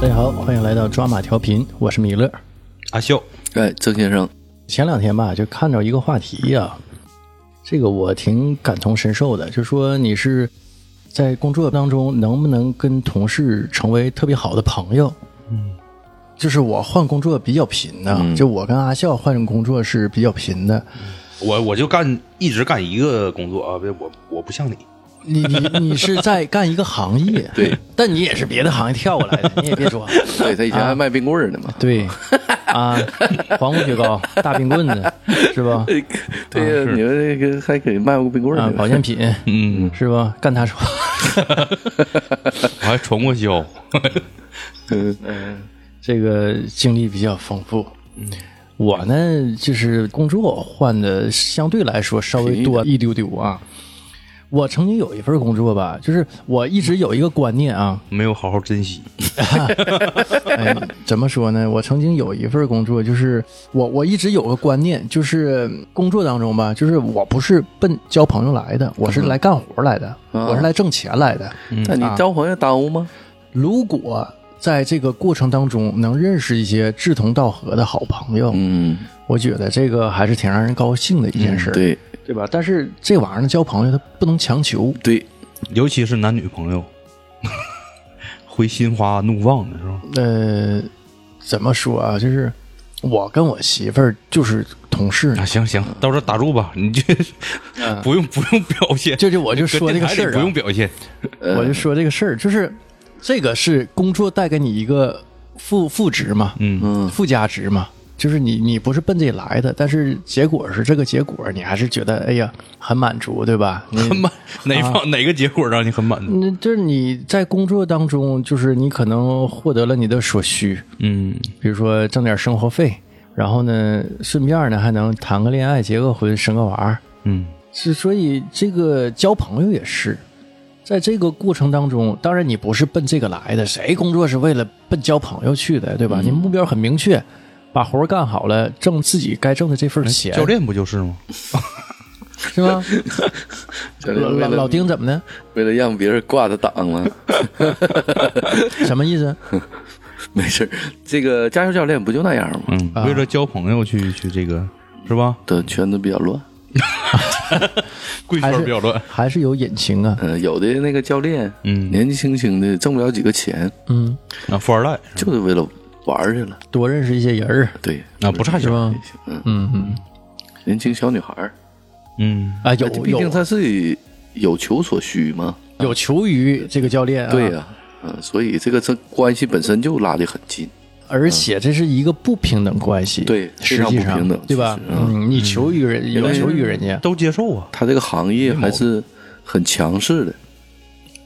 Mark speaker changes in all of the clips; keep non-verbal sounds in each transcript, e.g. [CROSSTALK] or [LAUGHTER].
Speaker 1: 大家好，欢迎来到抓马调频，我是米勒。
Speaker 2: 阿秀，
Speaker 3: 哎，曾
Speaker 1: [LAUGHS]
Speaker 3: 先生，
Speaker 1: 前两天吧，就看到一个话题呀、这个我挺感同身受的，就说你是在工作当中能不能跟同事成为特别好的朋友？嗯，就是我换工作比较频的，就我跟阿笑换工作是比较频的。
Speaker 2: 我我就干一直干一个工作啊，别我我不像你，
Speaker 1: 你你你是在干一个行业，
Speaker 3: 对，
Speaker 1: 但你也是别的行业跳过来的，你也别说。
Speaker 3: 对他以
Speaker 1: 啊
Speaker 3: 前还卖冰棍儿呢
Speaker 1: [LAUGHS]
Speaker 3: 嘛，
Speaker 1: 对啊，黄瓜雪糕、大冰棍子是吧？
Speaker 3: 对呀，你们这个还给卖过冰棍
Speaker 1: [LAUGHS]
Speaker 3: 儿
Speaker 1: 啊
Speaker 3: 呢，，
Speaker 1: 保健品，嗯，是吧？干 [LAUGHS] 他说，
Speaker 2: 我还传过销。
Speaker 3: [LAUGHS] 嗯
Speaker 1: 这个经历比较丰富。我呢，就是工作换的相对来说稍微多一丢丢啊。我曾经有一份工作吧，就是我一直有一个观念啊，
Speaker 2: 没有好好珍惜，
Speaker 1: 哎，怎么说呢？我曾经有一份工作，就是我我一直有个观念，就是工作当中吧，就是我不是奔交朋友来的，我是来干活来的，
Speaker 3: 啊
Speaker 1: 我是来挣钱来的。
Speaker 3: 那你招朋友耽误吗？
Speaker 1: 如果在这个过程当中能认识一些志同道合的好朋友，
Speaker 3: 嗯，
Speaker 1: 我觉得这个还是挺让人高兴的一件事，
Speaker 3: 对
Speaker 1: 对吧？但是这玩意儿呢，交朋友他不能强求，
Speaker 3: 对，
Speaker 2: 尤其是男女朋友， [LAUGHS] 会心花怒放的时候，
Speaker 1: 呃，怎么说啊？就是我跟我媳妇儿就是同事
Speaker 2: 啊，行行，到时候打住吧，你这 [LAUGHS] 不用不用表现，
Speaker 1: 这嗯就我就说这个事儿、啊，
Speaker 2: 不用表现，
Speaker 3: 呃
Speaker 1: 我就说这个事儿，就是这个是工作带给你一个副副职嘛，
Speaker 2: 嗯，
Speaker 3: 嗯
Speaker 1: 附加值嘛，就是你你不是奔这来的，但是结果是这个结果，你还是觉得哎呀很满足，对吧？你
Speaker 2: 很满哪
Speaker 1: 啊
Speaker 2: 一方哪个结果让你很满足？
Speaker 1: 嗯就是你在工作当中，就是你可能获得了你的所需，
Speaker 2: 嗯，
Speaker 1: 比如说挣点生活费，然后呢，顺便呢还能谈个恋爱、结个婚、生个娃儿，
Speaker 2: 嗯，
Speaker 1: 是，所以这个交朋友也是，在这个过程当中，当然你不是奔这个来的，谁工作是为了奔交朋友去的，对
Speaker 3: 嗯
Speaker 1: 吧？你目标很明确，把活儿干好了，挣自己该挣的这
Speaker 3: 哎
Speaker 1: 份钱，
Speaker 2: 教练不就是吗？
Speaker 1: 是
Speaker 3: [LAUGHS]
Speaker 1: 吗？
Speaker 3: 教
Speaker 1: 老
Speaker 3: 练为
Speaker 1: 老老
Speaker 3: 了
Speaker 1: 丁怎么的？
Speaker 3: 为了让别人挂他档了， [LAUGHS]
Speaker 1: 什么意思？
Speaker 3: 没事儿，这个加州教练不就那样吗？
Speaker 1: 啊
Speaker 2: 嗯，为了交朋友去去这个是吧？
Speaker 3: 的圈子比较乱，
Speaker 2: 贵
Speaker 1: 还
Speaker 2: 圈
Speaker 1: 是
Speaker 2: 比较乱，
Speaker 1: 还是有隐情啊？
Speaker 3: 嗯，有的那个教练，
Speaker 2: 嗯
Speaker 3: 年纪轻轻的挣不了几个钱，
Speaker 1: 嗯，
Speaker 2: 啊，富二代
Speaker 3: 就是为了玩儿去了，
Speaker 1: 多认识一些人儿，
Speaker 3: 对，
Speaker 2: 啊，不差
Speaker 1: 是
Speaker 2: 钱，
Speaker 1: 吧？
Speaker 3: 嗯，
Speaker 1: 嗯嗯
Speaker 3: 年轻小女孩儿，
Speaker 2: 嗯，
Speaker 1: 啊，有
Speaker 3: 毕竟
Speaker 1: 有
Speaker 3: 她是有求所需嘛，
Speaker 1: 有求于这个教练、啊，
Speaker 3: 对呀、嗯，所以这个这关系本身就拉得很近。
Speaker 1: 而且这是一个不平等关系，
Speaker 3: 对
Speaker 1: 实
Speaker 3: 非常
Speaker 1: 际
Speaker 3: 不
Speaker 1: 上
Speaker 3: 平等
Speaker 1: 对吧
Speaker 3: 其？实
Speaker 1: 嗯，你求于人，有
Speaker 3: 为
Speaker 1: 求于人家，
Speaker 2: 都接受啊，
Speaker 3: 他这个行业还是很强势的，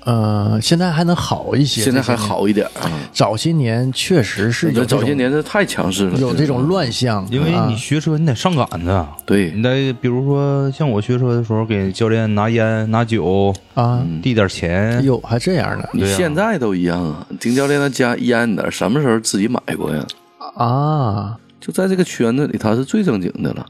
Speaker 1: 呃，现在还能好一些，
Speaker 3: 现在
Speaker 1: 这些
Speaker 3: 还
Speaker 1: 年。
Speaker 3: 好一点啊。
Speaker 1: 早些年确实是有
Speaker 3: 这
Speaker 1: 这种
Speaker 3: 早些年是太强势了，
Speaker 1: 有这种
Speaker 3: 是
Speaker 1: 乱嗯象，
Speaker 2: 因为
Speaker 1: 啊
Speaker 2: 你学车，你得上杆子，
Speaker 3: 对
Speaker 2: 你得比如说像我学车的时候，给教练拿烟拿酒，
Speaker 1: 啊，
Speaker 2: 递点钱，
Speaker 1: 有还这样的
Speaker 3: 你现在都一样啊。丁教练他家烟哪儿什么时候自己买过呀？
Speaker 1: 啊
Speaker 3: 就在这个圈子里，他是最正经的了。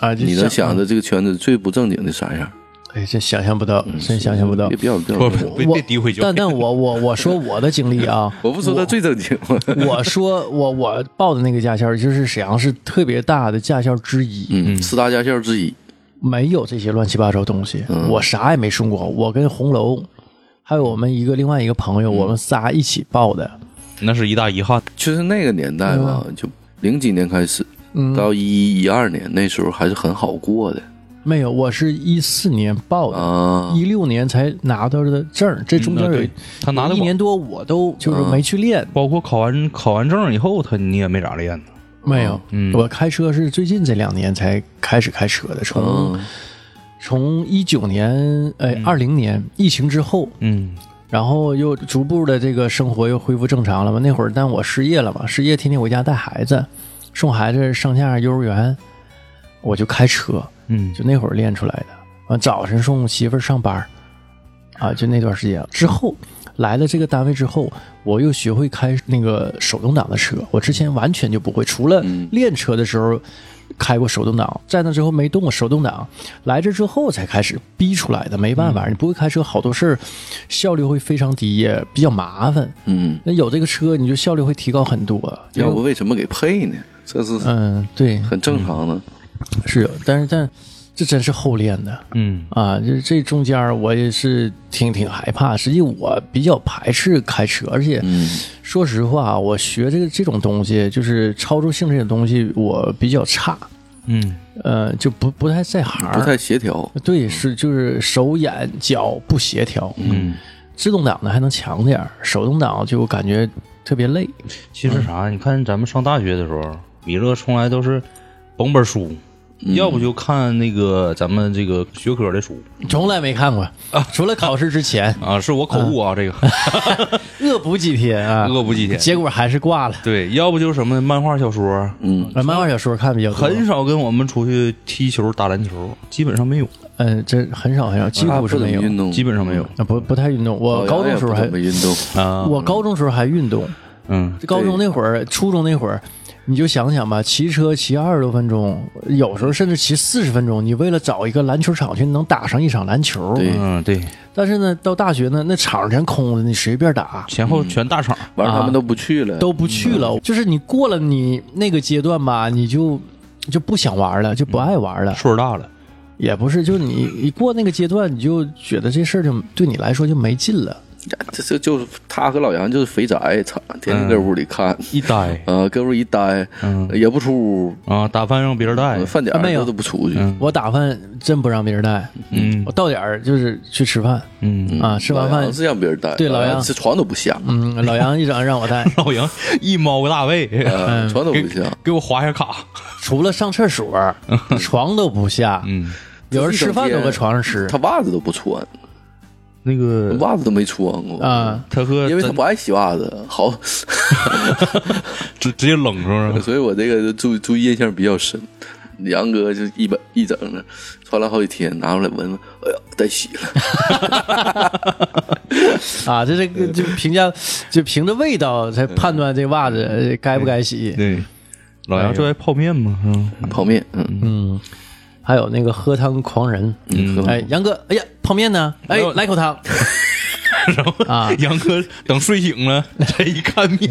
Speaker 1: 啊！就
Speaker 3: 你能
Speaker 1: 像
Speaker 3: 想着这个圈子最不正经的啥样？
Speaker 1: 哎，这想象不到，
Speaker 3: 嗯
Speaker 1: 真想象不到
Speaker 3: 也。比较比较。
Speaker 2: 不不
Speaker 3: 我
Speaker 2: 别
Speaker 1: 啊我
Speaker 2: 别诋毁教
Speaker 1: 但
Speaker 2: 练，
Speaker 1: 但我我我说我的经历啊，
Speaker 2: [LAUGHS]
Speaker 3: 我不说他最正经，
Speaker 1: 我说我我报的那个驾校就是沈阳市特别大的驾校之一，
Speaker 3: 嗯，四大驾校之一。
Speaker 1: 没有这些乱七八糟东西，
Speaker 3: 嗯
Speaker 1: 我啥也没送过。我跟红楼，还有我们一个另外一个朋
Speaker 3: 嗯
Speaker 1: 友，我们仨一起报的。
Speaker 2: 那是一大遗憾。
Speaker 3: 就是那个年代吧，就零几年开始
Speaker 1: 嗯，
Speaker 3: 到一一二年那时候还是很好过的
Speaker 1: 没有，我是一四年报的，
Speaker 3: 啊。
Speaker 1: 一六、年才拿到的证儿。这中间
Speaker 2: 哦嗯
Speaker 1: 有
Speaker 2: 对他拿的嗯
Speaker 1: 一
Speaker 2: 广
Speaker 1: 年多，我都就是没去练，
Speaker 2: 包括考完考完证以后，他你也没咋练呢。
Speaker 1: 没有。
Speaker 2: 嗯
Speaker 1: 我开车是最近这两年才开始开车的，从、
Speaker 2: 哦
Speaker 3: 嗯
Speaker 1: 从一九年，哎，二零年疫情之后，
Speaker 2: 嗯，
Speaker 1: 然后又逐步的这个生活又恢复正常了嘛。那会儿，但我失业了嘛，失业天天回家带孩子，送孩子上下幼儿园，我就开车，
Speaker 2: 嗯
Speaker 1: 就那会儿啊练出来的。完早晨送媳妇儿上班儿，啊，就那段时间之后，来了这个单位之后，我又学会开那个手动挡的车，我之前完全就不会，除了
Speaker 3: 嗯
Speaker 1: 练车的时候开过手动挡，在那之后没动过手动挡，来这之后才开始逼出来的，没办
Speaker 3: 嗯
Speaker 1: 法，你不会开车，好多事儿效率会非常低，也比较麻烦。
Speaker 3: 嗯，
Speaker 1: 那有这个车，你就效率会提高很多。
Speaker 3: 要不为什么给配呢？这是
Speaker 1: 嗯，对，
Speaker 3: 很正常的。
Speaker 1: 是，但是但这真是后练的。
Speaker 2: 嗯
Speaker 1: 啊，这这中间儿我也是挺挺害怕。实际我比较排斥开车，而且
Speaker 3: 嗯
Speaker 1: 说实话，我学这个这种东西，就是操作性这种东西，我比较差，
Speaker 2: 嗯
Speaker 1: 呃，就不不太在行
Speaker 3: 不
Speaker 1: 儿。
Speaker 3: 太协调。
Speaker 1: 对，是就是手眼脚不协调。嗯，自动挡的还能强点儿，手动挡就感觉特别累。
Speaker 2: 其实
Speaker 1: 嗯
Speaker 2: 啥，你看咱们上大学的时候，米勒从来都是甭本书，
Speaker 1: 嗯
Speaker 2: 要不就看那个咱们这个学科的书
Speaker 1: 从来没看过，
Speaker 3: 啊
Speaker 1: 除了考试之前
Speaker 2: 啊，是我口误
Speaker 1: [LAUGHS]
Speaker 2: 啊，这个
Speaker 1: 恶补几天啊，
Speaker 2: 恶补几天。
Speaker 1: 结果还是挂了。
Speaker 2: 对，要不就是什么漫画小说，
Speaker 3: 嗯，
Speaker 1: 呃漫画小说看比较多，
Speaker 2: 很少跟我们出去踢球、打篮球，基本上没有，
Speaker 1: 嗯，这很少很少，几乎是
Speaker 3: 啊不怎
Speaker 1: 没
Speaker 3: 么
Speaker 1: 有。
Speaker 3: 运动，
Speaker 2: 基本上没有
Speaker 1: 啊，不不太运动。我
Speaker 3: 老
Speaker 1: 高
Speaker 3: 杨
Speaker 1: 中
Speaker 3: 也
Speaker 1: 时候
Speaker 3: 不
Speaker 1: 还
Speaker 3: 怎，么运动。
Speaker 2: 啊。
Speaker 1: 我高中时候还运动。
Speaker 2: 嗯，
Speaker 1: 高中那会儿，初中那会儿，你就想想吧，骑车骑二十多分钟，有时候甚至骑四十分钟，你为了找一个篮球场去能打上一场篮球。
Speaker 3: 对
Speaker 2: 嗯，对，
Speaker 1: 但是呢，到大学呢，那场全空了，你随便打。
Speaker 2: 前后全大厂，
Speaker 3: 完了，他们都不去了，
Speaker 1: 啊都不去
Speaker 3: 嗯
Speaker 1: 了，就是你过了你那个阶段吧，你就就不想玩了，就不
Speaker 3: 嗯
Speaker 1: 爱玩了，
Speaker 2: 岁数大了，
Speaker 1: 也不是，就是你一过那个阶段，你就觉得这事儿就对你来说就没劲了。
Speaker 3: 这这就是他和老杨就是肥宅，操，天天搁
Speaker 1: 嗯
Speaker 3: 屋里看，
Speaker 2: 一呆
Speaker 3: 呃，搁屋一待，
Speaker 2: 嗯
Speaker 3: 也不出屋，
Speaker 2: 啊，打饭让别人带
Speaker 3: 呃，饭点
Speaker 1: 啊
Speaker 3: 儿
Speaker 1: 没有
Speaker 3: 都不出去。
Speaker 2: 嗯
Speaker 1: 我打饭真不让别人带，
Speaker 2: 嗯
Speaker 1: 我到点儿就是去吃饭。
Speaker 2: 嗯， [LAUGHS]
Speaker 1: 啊吃完饭
Speaker 3: 老杨是让别人待，
Speaker 1: 对老杨
Speaker 3: 这床都不下，
Speaker 1: 嗯，老杨一整让我带，
Speaker 2: 老杨一猫个大背，
Speaker 1: 嗯
Speaker 3: 呃床都不下，
Speaker 2: [LAUGHS] 给我划一下卡，
Speaker 1: 除了上厕所，床都不下。
Speaker 2: 嗯，
Speaker 1: 有人吃饭都搁床上吃
Speaker 3: 他袜子都不穿，
Speaker 2: 那个
Speaker 3: 袜子都没穿过，
Speaker 1: 嗯啊。
Speaker 2: 他和
Speaker 3: 因为他
Speaker 2: 咱
Speaker 3: 不爱洗袜子，好，
Speaker 2: 直直接冷上了，
Speaker 3: [LAUGHS] 所以我这个注注意印象比较深。杨哥就一本一整的，穿了好几天，拿出来闻闻，哎呀，该洗了。
Speaker 1: 啊，这这个就
Speaker 3: 嗯
Speaker 1: 评价，就凭着味道
Speaker 2: 嗯
Speaker 1: 才判断这袜子呃该不该洗。
Speaker 2: 对，老杨最爱泡面嘛，是吧？
Speaker 3: 泡面，嗯，
Speaker 1: 嗯，还有那个喝汤狂人，
Speaker 3: 嗯
Speaker 1: 哎，杨哥，哎呀，泡面呢？哎
Speaker 2: 没有，
Speaker 1: 来口汤。
Speaker 2: 然后
Speaker 1: 啊
Speaker 2: [LAUGHS] 杨哥等睡醒了， [LAUGHS] 这一看面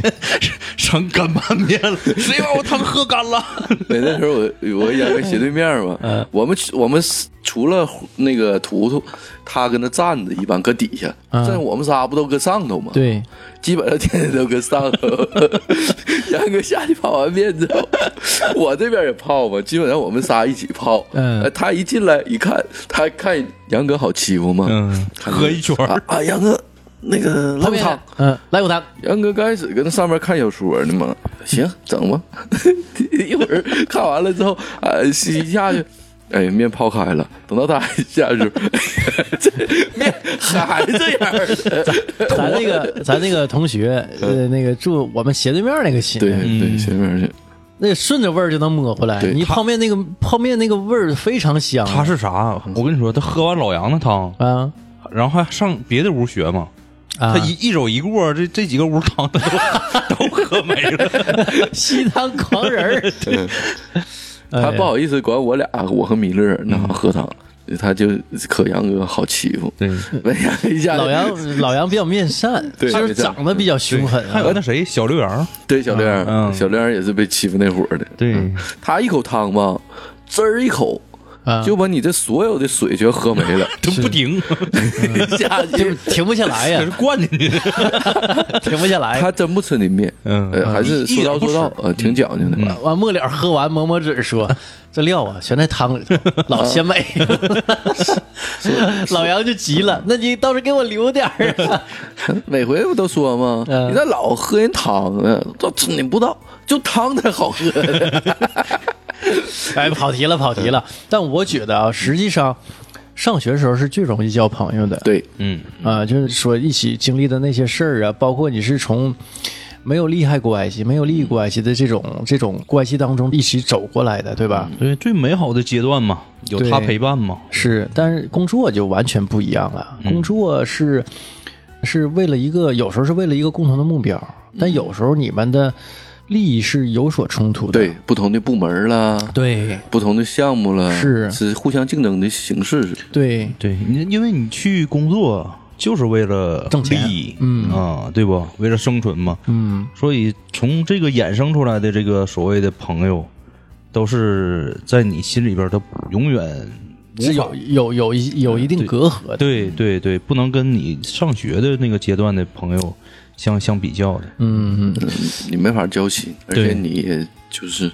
Speaker 2: 剩干拌面了， [LAUGHS] 谁把我汤喝干了？
Speaker 3: 对， [LAUGHS] 那时候我我演个斜对面
Speaker 1: [LAUGHS]
Speaker 3: 嘛，
Speaker 1: 嗯
Speaker 3: 我们我们除了那个图图，他跟那站着，一般搁底下，
Speaker 1: 嗯
Speaker 3: 但我们仨不都搁上头
Speaker 1: [LAUGHS]
Speaker 3: 吗？，
Speaker 1: 对，
Speaker 3: 基本上天天都搁上头。 [LAUGHS] 杨哥下去泡完面之后， [LAUGHS] 我这边也泡嘛，基本上我们仨一起泡。
Speaker 1: 嗯
Speaker 3: 呃他一进来一看，他看杨哥好欺负嘛，
Speaker 2: 嗯，
Speaker 3: 看
Speaker 2: 喝一圈
Speaker 3: 啊
Speaker 2: 儿，
Speaker 3: 啊，杨哥那个
Speaker 1: 泡
Speaker 3: 泡
Speaker 1: 面
Speaker 3: 汤
Speaker 1: 呢。，嗯，来口汤。
Speaker 3: 杨哥刚开始搁那上面看小说呢 [LAUGHS] 嘛，行，整吧。 [LAUGHS] 一会儿看完了之后，啊，洗一下去，哎，面泡开了。等到他下 [LAUGHS] 去的时候，这面还这样儿的。
Speaker 1: 咱那个咱那个同学，
Speaker 2: 嗯
Speaker 1: 呃，那个住我们斜对面那个亲，
Speaker 3: 对对，前面去，
Speaker 1: 那顺着味儿就能摸回来。
Speaker 3: 对
Speaker 1: 你泡面那个泡面那个味儿非常香。
Speaker 2: 他是啥？我跟你说，他喝完老杨的汤，
Speaker 1: 啊
Speaker 2: 然后还上别的屋学嘛。
Speaker 1: 啊，
Speaker 2: 他一一走一过，这这几个屋汤他 [LAUGHS] 都都喝没了。
Speaker 1: 西汤狂人
Speaker 3: [LAUGHS]
Speaker 1: 儿。
Speaker 3: 他不好意思管我俩，我和米勒那喝汤，他就可杨哥好欺负。
Speaker 2: 对，
Speaker 3: 嗯 [LAUGHS] 杨哥一下
Speaker 1: 哎老杨老杨比较面善，
Speaker 3: 对
Speaker 1: 就是长得比较凶狠
Speaker 2: 还
Speaker 1: 啊。
Speaker 2: 有那谁小刘洋，
Speaker 3: 对小亮儿，
Speaker 2: 嗯
Speaker 3: 小亮儿也是被欺负那伙儿的。
Speaker 2: 对，
Speaker 3: 他一口汤吧，滋儿一口
Speaker 1: 啊。
Speaker 3: 就把你这所有的水全喝没
Speaker 2: [LAUGHS]
Speaker 3: 了，
Speaker 2: 他不停，
Speaker 3: 下去
Speaker 1: 就是停不下来
Speaker 2: 他是
Speaker 3: [LAUGHS]
Speaker 1: 呀，
Speaker 2: 灌进去的。
Speaker 1: 停不下来。
Speaker 3: 他真不吃你面，
Speaker 2: 嗯
Speaker 3: 呃，还是
Speaker 2: 一
Speaker 3: 说到
Speaker 2: 点不嗯
Speaker 3: 做到，呃，挺讲究的。
Speaker 1: 完末了喝完抹抹嘴说：“这料啊，全在汤里头，老鲜美。”
Speaker 3: [LAUGHS]
Speaker 1: 老杨就急了：“那你倒是给我留点儿啊
Speaker 3: [LAUGHS]
Speaker 2: 嗯
Speaker 3: 每回不都说吗？
Speaker 1: 嗯
Speaker 3: 你那老喝人汤啊，这这你不知道，就汤才好
Speaker 2: [LAUGHS]
Speaker 3: 喝。
Speaker 1: 哎，跑题了，跑题了。但我觉得啊，实际上上学时候是最容易交朋友的。
Speaker 3: 对，
Speaker 2: 嗯，
Speaker 1: 啊、就是说一起经历的那些事儿啊，包括你是从没有利害关系、没有
Speaker 2: 嗯
Speaker 1: 利益关系的这种这种关系当中一起走过来的，对吧？
Speaker 2: 对，最美好的阶段嘛，有他
Speaker 1: 对
Speaker 2: 陪伴嘛。嗯
Speaker 1: 是，但是工作就完全不一样了。工作是是为了一个，有时候是为了一个共同的目标，
Speaker 2: 嗯
Speaker 1: 但有时候你们的利益是有所冲突的。
Speaker 3: 对不同的部门啦，
Speaker 1: 对
Speaker 3: 不同的项目啦，
Speaker 1: 是
Speaker 3: 是互相竞争的形式。
Speaker 1: 对，
Speaker 2: 对，你因为你去工作就是为了
Speaker 1: 挣钱
Speaker 2: 利益，
Speaker 1: 嗯
Speaker 2: 啊，对不？为了生存嘛，
Speaker 1: 嗯，
Speaker 2: 所以从这个衍生出来的这个所谓的朋友，都是在你心里边儿，他永远无
Speaker 1: 是
Speaker 2: 法嗯
Speaker 1: 有有有一有一定隔阂的。
Speaker 2: 对对对，不能跟你上学的那个阶段的朋友相相比较的。
Speaker 1: 嗯，嗯
Speaker 3: 嗯，你没法交心，而
Speaker 2: 对
Speaker 3: 且你也就是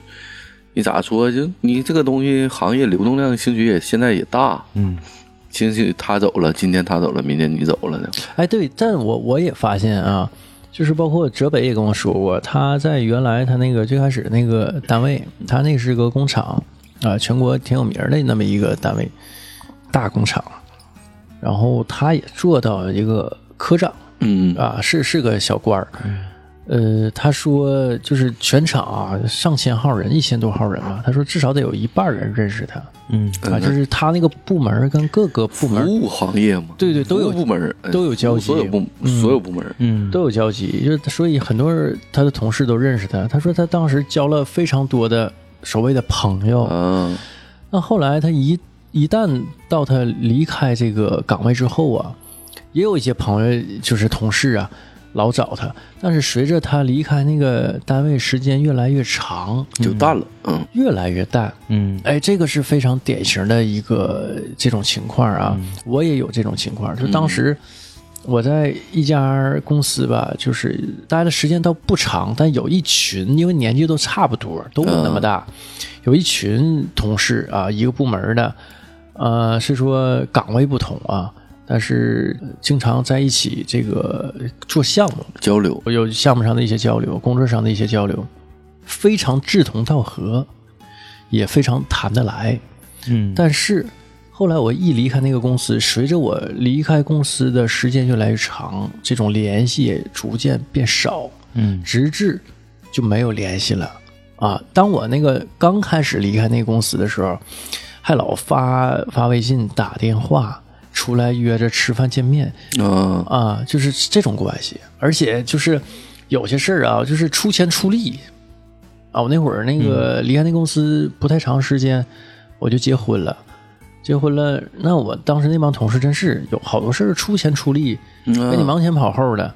Speaker 3: 你咋说，就你这个东西行业流动量兴许也现在也大，
Speaker 2: 嗯，
Speaker 3: 兴许他走了，今天他走了，明天你走了呢。
Speaker 1: 哎，对，但我我也发现啊，就是包括哲北也跟我说过，他在原来他那个最开始那个单位，他那是个工厂啊、全国挺有名儿的那么一个单位，大工厂，然后他也做到一个科长。
Speaker 3: 嗯，
Speaker 1: 啊，是是个小官儿。呃，他说就是全场啊上千号人，一千多号人吧。他说至少得有一半人认识他
Speaker 2: 嗯，
Speaker 1: 啊，就是他那个部门儿跟各个部
Speaker 3: 服
Speaker 1: 门儿
Speaker 3: 务行业嘛，
Speaker 1: 对对都有
Speaker 3: 服务部门哎
Speaker 1: 都有交集
Speaker 3: 所有部所有部门，
Speaker 2: 嗯，
Speaker 1: 都有交集，就是所以很多人他的同事都认识他。他说他当时交了非常多的所谓的朋友，
Speaker 3: 啊，
Speaker 1: 那后来他一一旦到他离开这个岗位之后啊，也有一些朋友就是同事啊。老找他，但是随着他离开那个单位时间越来越长，
Speaker 3: 就淡了。嗯，
Speaker 1: 越来越淡。
Speaker 2: 嗯
Speaker 1: 哎，这个是非常典型的一个这种情况啊，我也有这种情况。就当时我在一家公司吧，就是待的时间倒不长，但有一群，因为年纪都差不多，都我那么大，有一群同事啊，一个部门的，呃，是说岗位不同啊，但是经常在一起这个做项目，
Speaker 3: 交流，
Speaker 1: 有项目上的一些交流，工作上的一些交流，非常志同道合，也非常谈得来。
Speaker 2: 嗯，
Speaker 1: 但是后来我一离开那个公司，随着我离开公司的时间越来越长，这种联系也逐渐变少，
Speaker 2: 嗯
Speaker 1: 直至就没有联系了。啊，当我那个刚开始离开那个公司的时候，还老发发微信、打电话，出来约着吃饭见面，
Speaker 3: 啊，
Speaker 1: 啊，就是这种关系，而且就是有些事儿啊，就是出钱出力啊。我那会儿那个离开那公司不太长时间，我就结婚了。结婚了，那我当时那帮同事真是有好多事儿出钱出力，
Speaker 3: 那
Speaker 1: 给哎你忙前跑后的。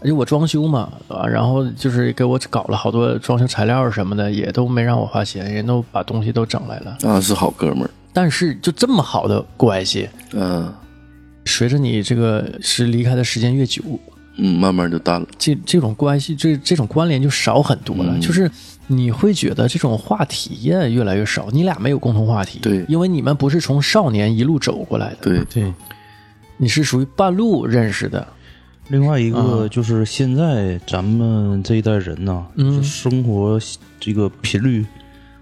Speaker 1: 而且我装修嘛，啊，然后就是给我搞了好多装修材料什么的，也都没让我花钱，人都把东西都整来了。
Speaker 3: 啊，是好哥们儿，
Speaker 1: 但是就这么好的关系，
Speaker 3: 嗯
Speaker 1: 随着你这个是离开的时间越久，
Speaker 3: 嗯，慢慢就淡了。
Speaker 1: 这这种关系，这这种关联就少很多
Speaker 3: 嗯
Speaker 1: 了。就是你会觉得这种话题呀越来越少，你俩没有共同话题，
Speaker 3: 对
Speaker 1: 因为你们不是从少年一路走过来的，
Speaker 3: 对，
Speaker 2: 对。
Speaker 1: 你是属于半路认识的，
Speaker 2: 另外一个就是现在咱们这一代人呐，
Speaker 1: 嗯
Speaker 2: 就生活这个频率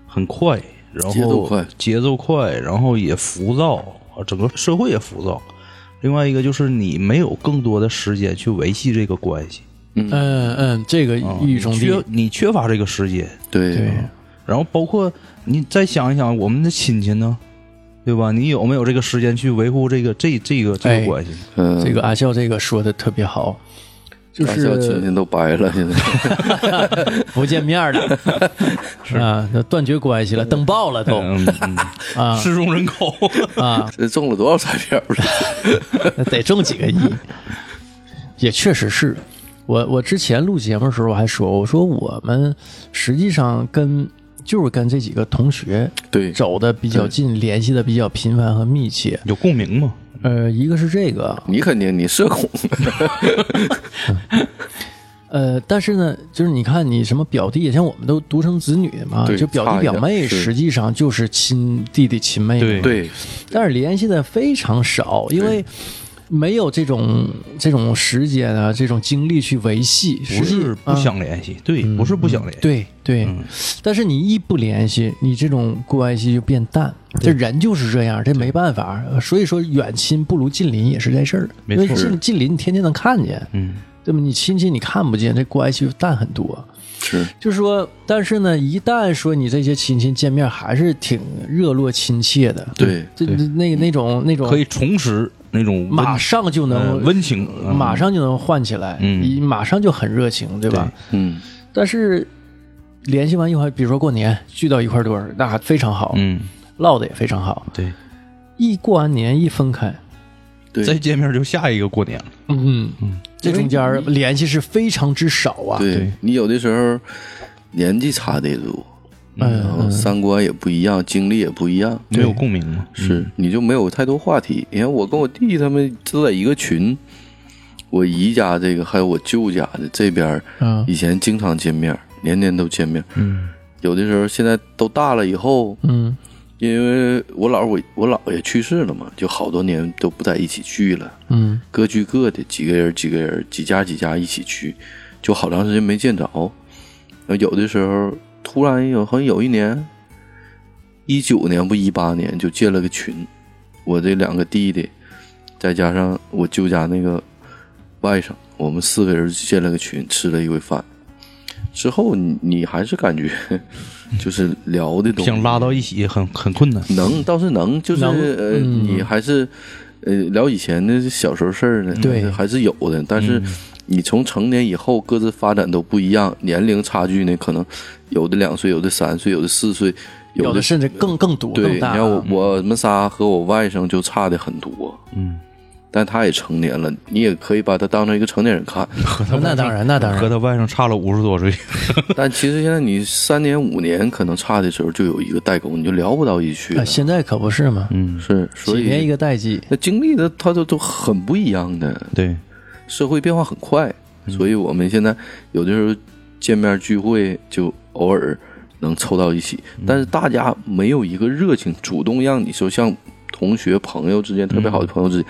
Speaker 2: 很快，然后
Speaker 3: 节奏快
Speaker 2: 节奏快然后也浮躁啊，整个社会也浮躁。另外一个就是你没有更多的时间去维系这个关系，
Speaker 1: 嗯嗯，这个
Speaker 3: 哦
Speaker 2: 啊
Speaker 1: 一语中
Speaker 2: 你
Speaker 1: 的
Speaker 2: 缺，你缺乏这个时间，
Speaker 3: 对，
Speaker 2: 然后包括你再想一想我们的亲戚呢，对吧？你有没有这个时间去维护这个这这个这
Speaker 1: 哎
Speaker 2: 个关系呢？
Speaker 3: 嗯，
Speaker 1: 这个阿笑这个说的特别好，就
Speaker 3: 大小亲
Speaker 1: 是
Speaker 3: 戚都白了，现在
Speaker 1: [LAUGHS] 不见面儿了
Speaker 3: [LAUGHS]
Speaker 1: 啊，那断绝关系了，登报了都
Speaker 2: 嗯，嗯
Speaker 1: [LAUGHS] 啊
Speaker 2: 失踪人口，
Speaker 1: 啊，
Speaker 3: [LAUGHS] 这中了多少彩票了？
Speaker 1: 那得挣几个亿， [LAUGHS] 也确实是。我我之前录节目的时候我还说，我说我们实际上跟就是跟这几个同学
Speaker 3: 对，
Speaker 1: 走的比较近，联系的比较频繁和密切。
Speaker 2: 有共鸣吗？
Speaker 1: 呃，一个是这个，
Speaker 3: 你肯定你社恐，
Speaker 1: 呃，但是呢，就是你看你什么表弟，像我们都独生子女嘛，
Speaker 3: 对
Speaker 1: 就表弟
Speaker 3: 差一点
Speaker 1: 表妹
Speaker 3: 是
Speaker 1: 实际上就是亲弟弟亲妹妹
Speaker 2: 对
Speaker 3: 对，
Speaker 1: 但是联系的非常少，因为没有这种这种时间啊，这种精力去维系，啊
Speaker 2: 不
Speaker 1: 实际
Speaker 2: 是不想联系，对，嗯不是不想联系，，
Speaker 1: 嗯对对、但是你一不联系，你这种关系就变淡。这人就是这样，这没办法。呃所以说，远亲不如近邻也是这事儿，
Speaker 2: 没
Speaker 1: 因为
Speaker 2: 错
Speaker 1: 近近邻你天天能看见，
Speaker 2: 嗯，
Speaker 1: 对吧？你亲戚你看不见，这关系就淡很多。
Speaker 3: 是
Speaker 1: 就是说，但是呢，一旦说你这些亲戚见面，还是挺热络亲切的。
Speaker 3: 对
Speaker 1: 这，这那那种那种
Speaker 2: 可以重拾那种温
Speaker 1: 马上就
Speaker 2: 呃
Speaker 1: 能
Speaker 2: 温情，嗯
Speaker 1: 马上就能唤起来，
Speaker 2: 嗯
Speaker 1: 一马上就很热情，对吧？
Speaker 3: 嗯
Speaker 1: 但是联系完一块，比如说过年聚到一块堆儿，那非常好，
Speaker 2: 嗯，
Speaker 1: 唠的也非常好。
Speaker 2: 对，
Speaker 1: 一过完年一分开，
Speaker 3: 对
Speaker 2: 再见面就下一个过年了，
Speaker 1: 嗯，这中间儿联系是非常之少啊。
Speaker 3: 对你有的时候年纪差得多，然后
Speaker 1: 嗯，
Speaker 3: 三观也不一样，经历也不一样，
Speaker 2: 没有共鸣嘛，
Speaker 1: 嗯
Speaker 3: 是你就没有太多话题。你看我跟我弟他们都在一个群，我姨家这个还有我舅家的这边儿，
Speaker 1: 嗯
Speaker 3: 以前经常见面，年年都见面。
Speaker 2: 嗯，
Speaker 3: 有的时候现在都大了以后，
Speaker 1: 嗯
Speaker 3: 因为我姥儿我我姥爷去世了嘛，就好多年都不在一起聚了，
Speaker 1: 嗯
Speaker 3: 各聚各的，几个人几个人，几家几家一起去，就好长时间没见着。然后有的时候突然有，好像有一年，一九年不一八年就建了个群，我这两个弟弟，再加上我舅家那个外甥，我们四个人建了个群，吃了一回饭。之后你你还是感觉， [LAUGHS] 就是聊
Speaker 1: 嗯
Speaker 3: 的东西
Speaker 2: 想拉到一起很很困难，
Speaker 3: 能倒是能，就是
Speaker 1: 能
Speaker 3: 呃，
Speaker 1: 嗯
Speaker 3: 你还是呃聊以前的小时候事儿呢，
Speaker 1: 对嗯
Speaker 3: 还是有的。但是你从成年以后，各自发展都不一样，年龄差距呢，可能有的两岁，有的三岁，有的四岁，
Speaker 1: 有
Speaker 3: 的
Speaker 1: 的甚至更更多
Speaker 3: 对。
Speaker 1: 更
Speaker 3: 你
Speaker 1: 大啊。
Speaker 3: 看我我们仨和我外甥就差的很多，
Speaker 2: 嗯，
Speaker 3: 但他也成年了，你也可以把他当成一个成年人看。
Speaker 1: 那当然，那当
Speaker 2: 和
Speaker 1: 然，
Speaker 2: 他外甥差了五十多岁，
Speaker 3: 但其实现在你三年五年可能差的时候，就有一个代沟，你就聊不到一起去
Speaker 1: 啊
Speaker 3: 了。
Speaker 1: 现在可不是嘛，
Speaker 2: 嗯，
Speaker 3: 是，所
Speaker 1: 几年一
Speaker 3: 以
Speaker 1: 个代际。
Speaker 3: 那经历的他都都很不一样的。
Speaker 2: 对，
Speaker 3: 社会变化很快，所以我们现在有的时候见面聚会就偶尔能凑到一起，但是大家没有一个热情主动让你说像同学、朋友之间特别好的朋友之间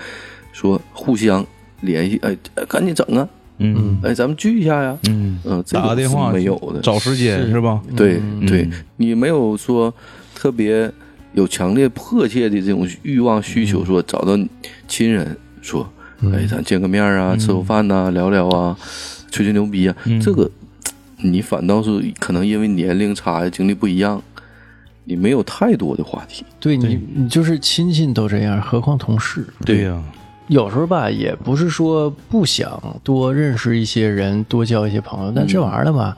Speaker 3: 说互相联系，哎，哎赶紧整啊，
Speaker 2: 嗯
Speaker 3: 哎，咱们聚一下呀，
Speaker 2: 嗯，
Speaker 3: 嗯，这
Speaker 2: 打
Speaker 3: 个
Speaker 2: 个电话
Speaker 3: 是没有的，
Speaker 2: 找时间是吧？
Speaker 3: 对对
Speaker 2: 嗯，
Speaker 3: 你没有说特别有强烈迫切的这种欲望需求，说找到亲人说，哎，
Speaker 1: 嗯
Speaker 3: 咱见个面啊，吃口饭呐、聊聊啊，吹吹牛逼啊，
Speaker 1: 嗯
Speaker 3: 这个你反倒是可能因为年龄差呀、经历不一样，你没有太多的话题。
Speaker 1: 对你，你就是亲戚都这样，何况同事？
Speaker 2: 对呀，
Speaker 1: 有时候吧，也不是说不想多认识一些人，多交一些朋友，但这玩意儿的吧，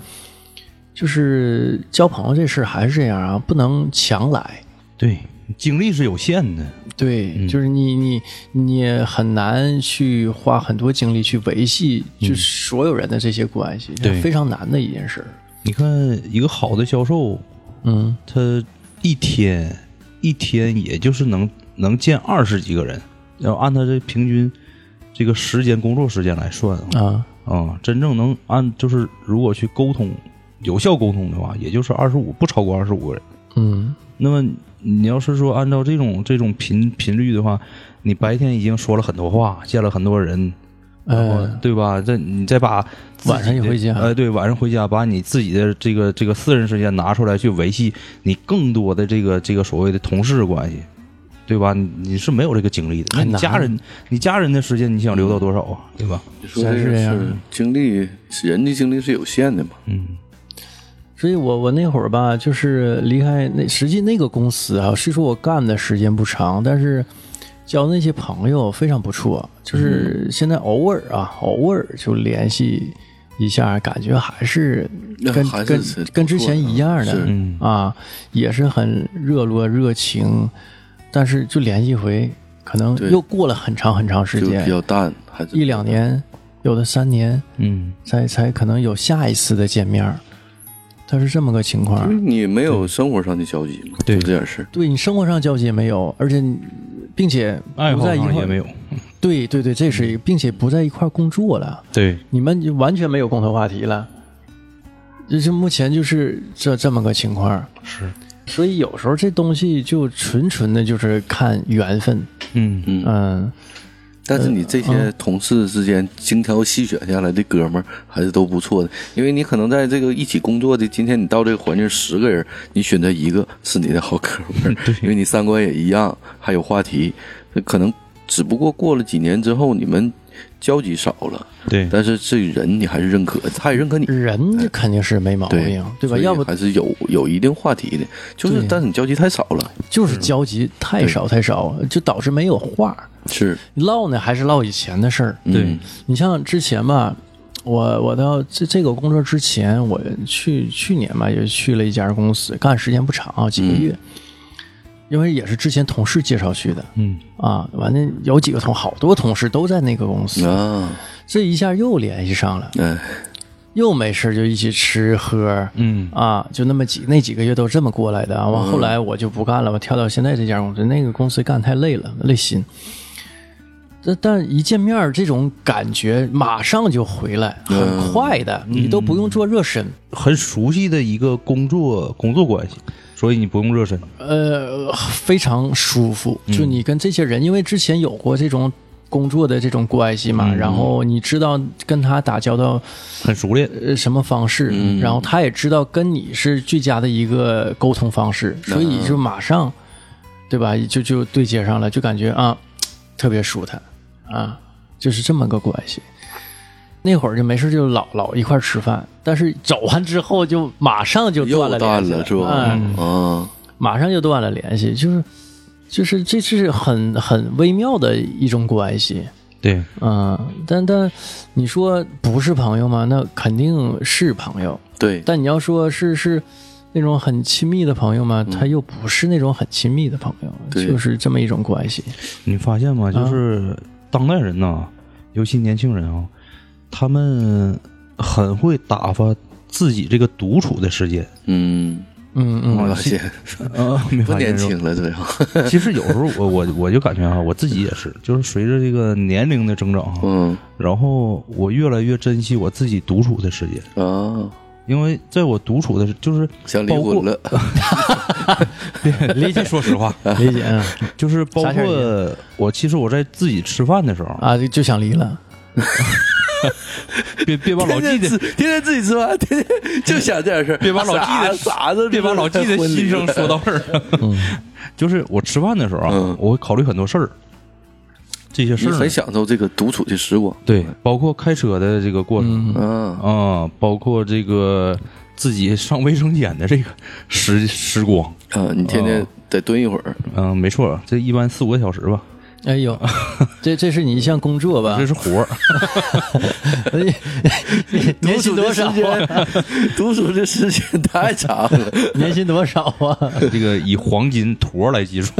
Speaker 1: 就是交朋友这事儿还是这样啊，不能强来。
Speaker 2: 对，精力是有限的，
Speaker 1: 对，就是你你你也很难去花很多精力去维系，就是所有人的这些关系，
Speaker 2: 对
Speaker 1: 非常难的一件事儿。
Speaker 2: 你看一个好的销售，
Speaker 1: 嗯
Speaker 2: 他一天一天也就是能能见二十几个人，要按他这平均这个时间工作时间来算啊，
Speaker 1: 啊，
Speaker 2: 啊，真正能按就是如果去沟通有效沟通的话，也就是二十五不超过二十五个人。
Speaker 1: 嗯
Speaker 2: 那么你要是说按照这种这种频频率的话，你白天已经说了很多话，见了很多人，
Speaker 1: 呃，
Speaker 2: 对吧？这你再把自己的
Speaker 1: 晚上也回家
Speaker 2: 哎，对，晚上回家把你自己的这个这个私人时间拿出来去维系你更多的这个这个所谓的同事关系，对吧？你你是没有这个精力的。那
Speaker 1: 很
Speaker 2: 你
Speaker 1: 难
Speaker 2: 家人，你家人的时间你想留到多少啊？对吧？
Speaker 3: 你说
Speaker 1: 咱
Speaker 3: 这
Speaker 1: 是
Speaker 3: 个
Speaker 1: 这样
Speaker 3: 是精力，人的精力是有限的嘛？
Speaker 2: 嗯
Speaker 1: 所以我我那会儿吧，就是离开那实际那个公司啊，虽说我干的时间不长，但是交那些朋友非常不错。就是嗯现在偶尔啊，偶尔就联系一下，感觉还是
Speaker 3: 那
Speaker 1: 跟
Speaker 3: 还是
Speaker 1: 跟
Speaker 3: 是不错的
Speaker 1: 跟之前一样的
Speaker 3: 是
Speaker 2: 嗯
Speaker 1: 啊，也是很热络热情，但是就联系一回，可能
Speaker 3: 对
Speaker 1: 又过了很长很长时
Speaker 3: 就比
Speaker 1: 间，
Speaker 3: 较淡，还是
Speaker 1: 一两年，有的三年。
Speaker 2: 嗯，
Speaker 1: 才才可能有下一次的见面儿，他是这么个情
Speaker 3: 因
Speaker 1: 况
Speaker 3: 为。你没有生活上的交集嘛，
Speaker 2: 对
Speaker 3: 就这点事儿。
Speaker 1: 对你生活上交集也没有，而且你并且
Speaker 2: 爱
Speaker 1: 不
Speaker 2: 好
Speaker 1: 在一
Speaker 2: 上
Speaker 1: 块
Speaker 2: 也
Speaker 1: 儿
Speaker 2: 没有。
Speaker 1: 对对对，这是一个，并且不在一块儿工作了，
Speaker 2: 对，
Speaker 1: 你们就完全没有共同话题了。就是目前就是这这么个情况，
Speaker 2: 是，
Speaker 1: 所以有时候这东西就纯纯的就是看缘分，
Speaker 2: 嗯
Speaker 3: 嗯
Speaker 1: 嗯，
Speaker 3: 但是你这些同事之间精挑细选下来的哥们儿还是都不错的，因为你可能在这个一起工作的，今天你到这个环境十个人，你
Speaker 1: [LAUGHS]
Speaker 3: 选择一个是你的好哥们儿，因为你三观也一样，还有话题，可能只不过过了几年之后，你们交集少了，
Speaker 2: 对
Speaker 1: 嗯
Speaker 3: 但是这人你还是认可，他也认可你，
Speaker 1: 人肯定是没毛
Speaker 3: 对
Speaker 1: 病，对吧？
Speaker 3: 所以
Speaker 1: 要不
Speaker 3: 还是有有一定话题的，就是
Speaker 1: 对
Speaker 3: 但是你交集太少了，
Speaker 1: 就是交集太少太少，就导致没有话
Speaker 3: 是
Speaker 1: 唠呢，还是唠以前的事儿。
Speaker 3: 嗯
Speaker 2: 对
Speaker 1: 你像之前吧，我我到这这个工作之前，我去去年吧也去了一家公司，干时间不长啊，几个月，因为也是之前同事介绍去的
Speaker 2: 嗯
Speaker 1: 啊。完了有几个同好多同事都在那个公司，
Speaker 3: 啊，
Speaker 1: 这一下又联系上了，
Speaker 3: 哎，
Speaker 1: 又没事儿就一起吃喝。
Speaker 2: 嗯
Speaker 1: 啊，就那么几那几个月都这么过来的啊。完后来我就不干了，我跳到现在这家公司，那个公司干太累了，累心。但但一见面儿这种感觉马上就回来，很快的，你都不用做热身。
Speaker 2: 很熟悉的一个工作工作关系，所以你不用热身。
Speaker 1: 呃，非常舒服。就你跟这些人，因为之前有过这种工作的这种关系嘛，然后你知道跟他打交道
Speaker 2: 很熟练，
Speaker 1: 呃什么方式，
Speaker 3: 嗯
Speaker 1: 然后他也知道跟你是最佳的一个沟通方式，
Speaker 3: 嗯
Speaker 1: 所以就马上，对吧？就就对接上了，就感觉啊，特别舒坦啊，就是这么个关系。那会儿就没事就老老一块儿吃饭，但是走完之后就马上就断
Speaker 3: 又
Speaker 1: 了联
Speaker 3: 淡
Speaker 1: 系
Speaker 3: 了是吧？
Speaker 1: 嗯，
Speaker 3: 啊，
Speaker 1: 马上就断了联系，就是就是这是很很微妙的一种关系。
Speaker 2: 对，
Speaker 1: 嗯，但但你说不是朋友吗？那肯定是朋友。
Speaker 3: 对，
Speaker 1: 但你要说是是那种很亲密的朋友吗？他又不是那种很亲密的朋友，
Speaker 3: 对
Speaker 1: 就是这么一种关系。
Speaker 2: 你发现吗？就是当代人呐、尤其年轻人啊，他们很会打发自己这个独处的时间
Speaker 3: 嗯，
Speaker 1: 嗯
Speaker 3: 我
Speaker 1: 嗯
Speaker 3: 发现
Speaker 2: 啊，没
Speaker 3: 不
Speaker 2: 发现
Speaker 3: 年
Speaker 2: 是吧
Speaker 3: 轻了，这样，
Speaker 2: 其实有时候我我我就感觉啊，我自己也是，就是随着这个年龄的增长啊，
Speaker 3: 嗯
Speaker 2: 然后我越来越珍惜我自己独处的时间，
Speaker 3: 啊，
Speaker 2: 因为在我独处的时，就是 [LAUGHS]
Speaker 3: 想离婚了，
Speaker 1: 理解
Speaker 2: 说实话，
Speaker 1: 理解啊
Speaker 2: [LAUGHS] 就是包
Speaker 1: 啥事儿
Speaker 2: 括我，其实我在自己吃饭的时候，
Speaker 1: 啊，就就想离了。
Speaker 2: 别别把
Speaker 1: [LAUGHS]
Speaker 2: 老
Speaker 3: 天
Speaker 2: 季
Speaker 3: 天自
Speaker 2: 的。
Speaker 3: 天天自己吃饭， [LAUGHS] 天天就想这点事儿，
Speaker 2: 别把老纪的
Speaker 3: [LAUGHS] 傻
Speaker 2: [LAUGHS]
Speaker 3: 子，
Speaker 2: 别把老季的心声说到这儿。 [LAUGHS] 就是我吃饭的时候啊，
Speaker 3: 嗯
Speaker 2: 我会考虑很多事儿，这些
Speaker 3: 你
Speaker 2: 事儿呢
Speaker 3: 很享受这个独处的时光，
Speaker 2: 对，包括开车的这个过程
Speaker 1: 嗯，
Speaker 3: 啊，
Speaker 2: 啊、包括这个自己上卫生间的这个时时光，
Speaker 3: 啊，你天
Speaker 2: 哦
Speaker 3: 天得蹲一会
Speaker 2: [LAUGHS]
Speaker 3: 儿，
Speaker 2: 嗯、没错，这一般四五个小时吧，
Speaker 1: 哎呦，这这是你一项工作吧
Speaker 2: 这？是 [LAUGHS] 活儿。
Speaker 1: [LAUGHS] 年薪多少啊？
Speaker 3: [LAUGHS] 独处的时间太长了，
Speaker 1: [LAUGHS] 年薪多少啊？
Speaker 2: 这个以黄金坨来计数，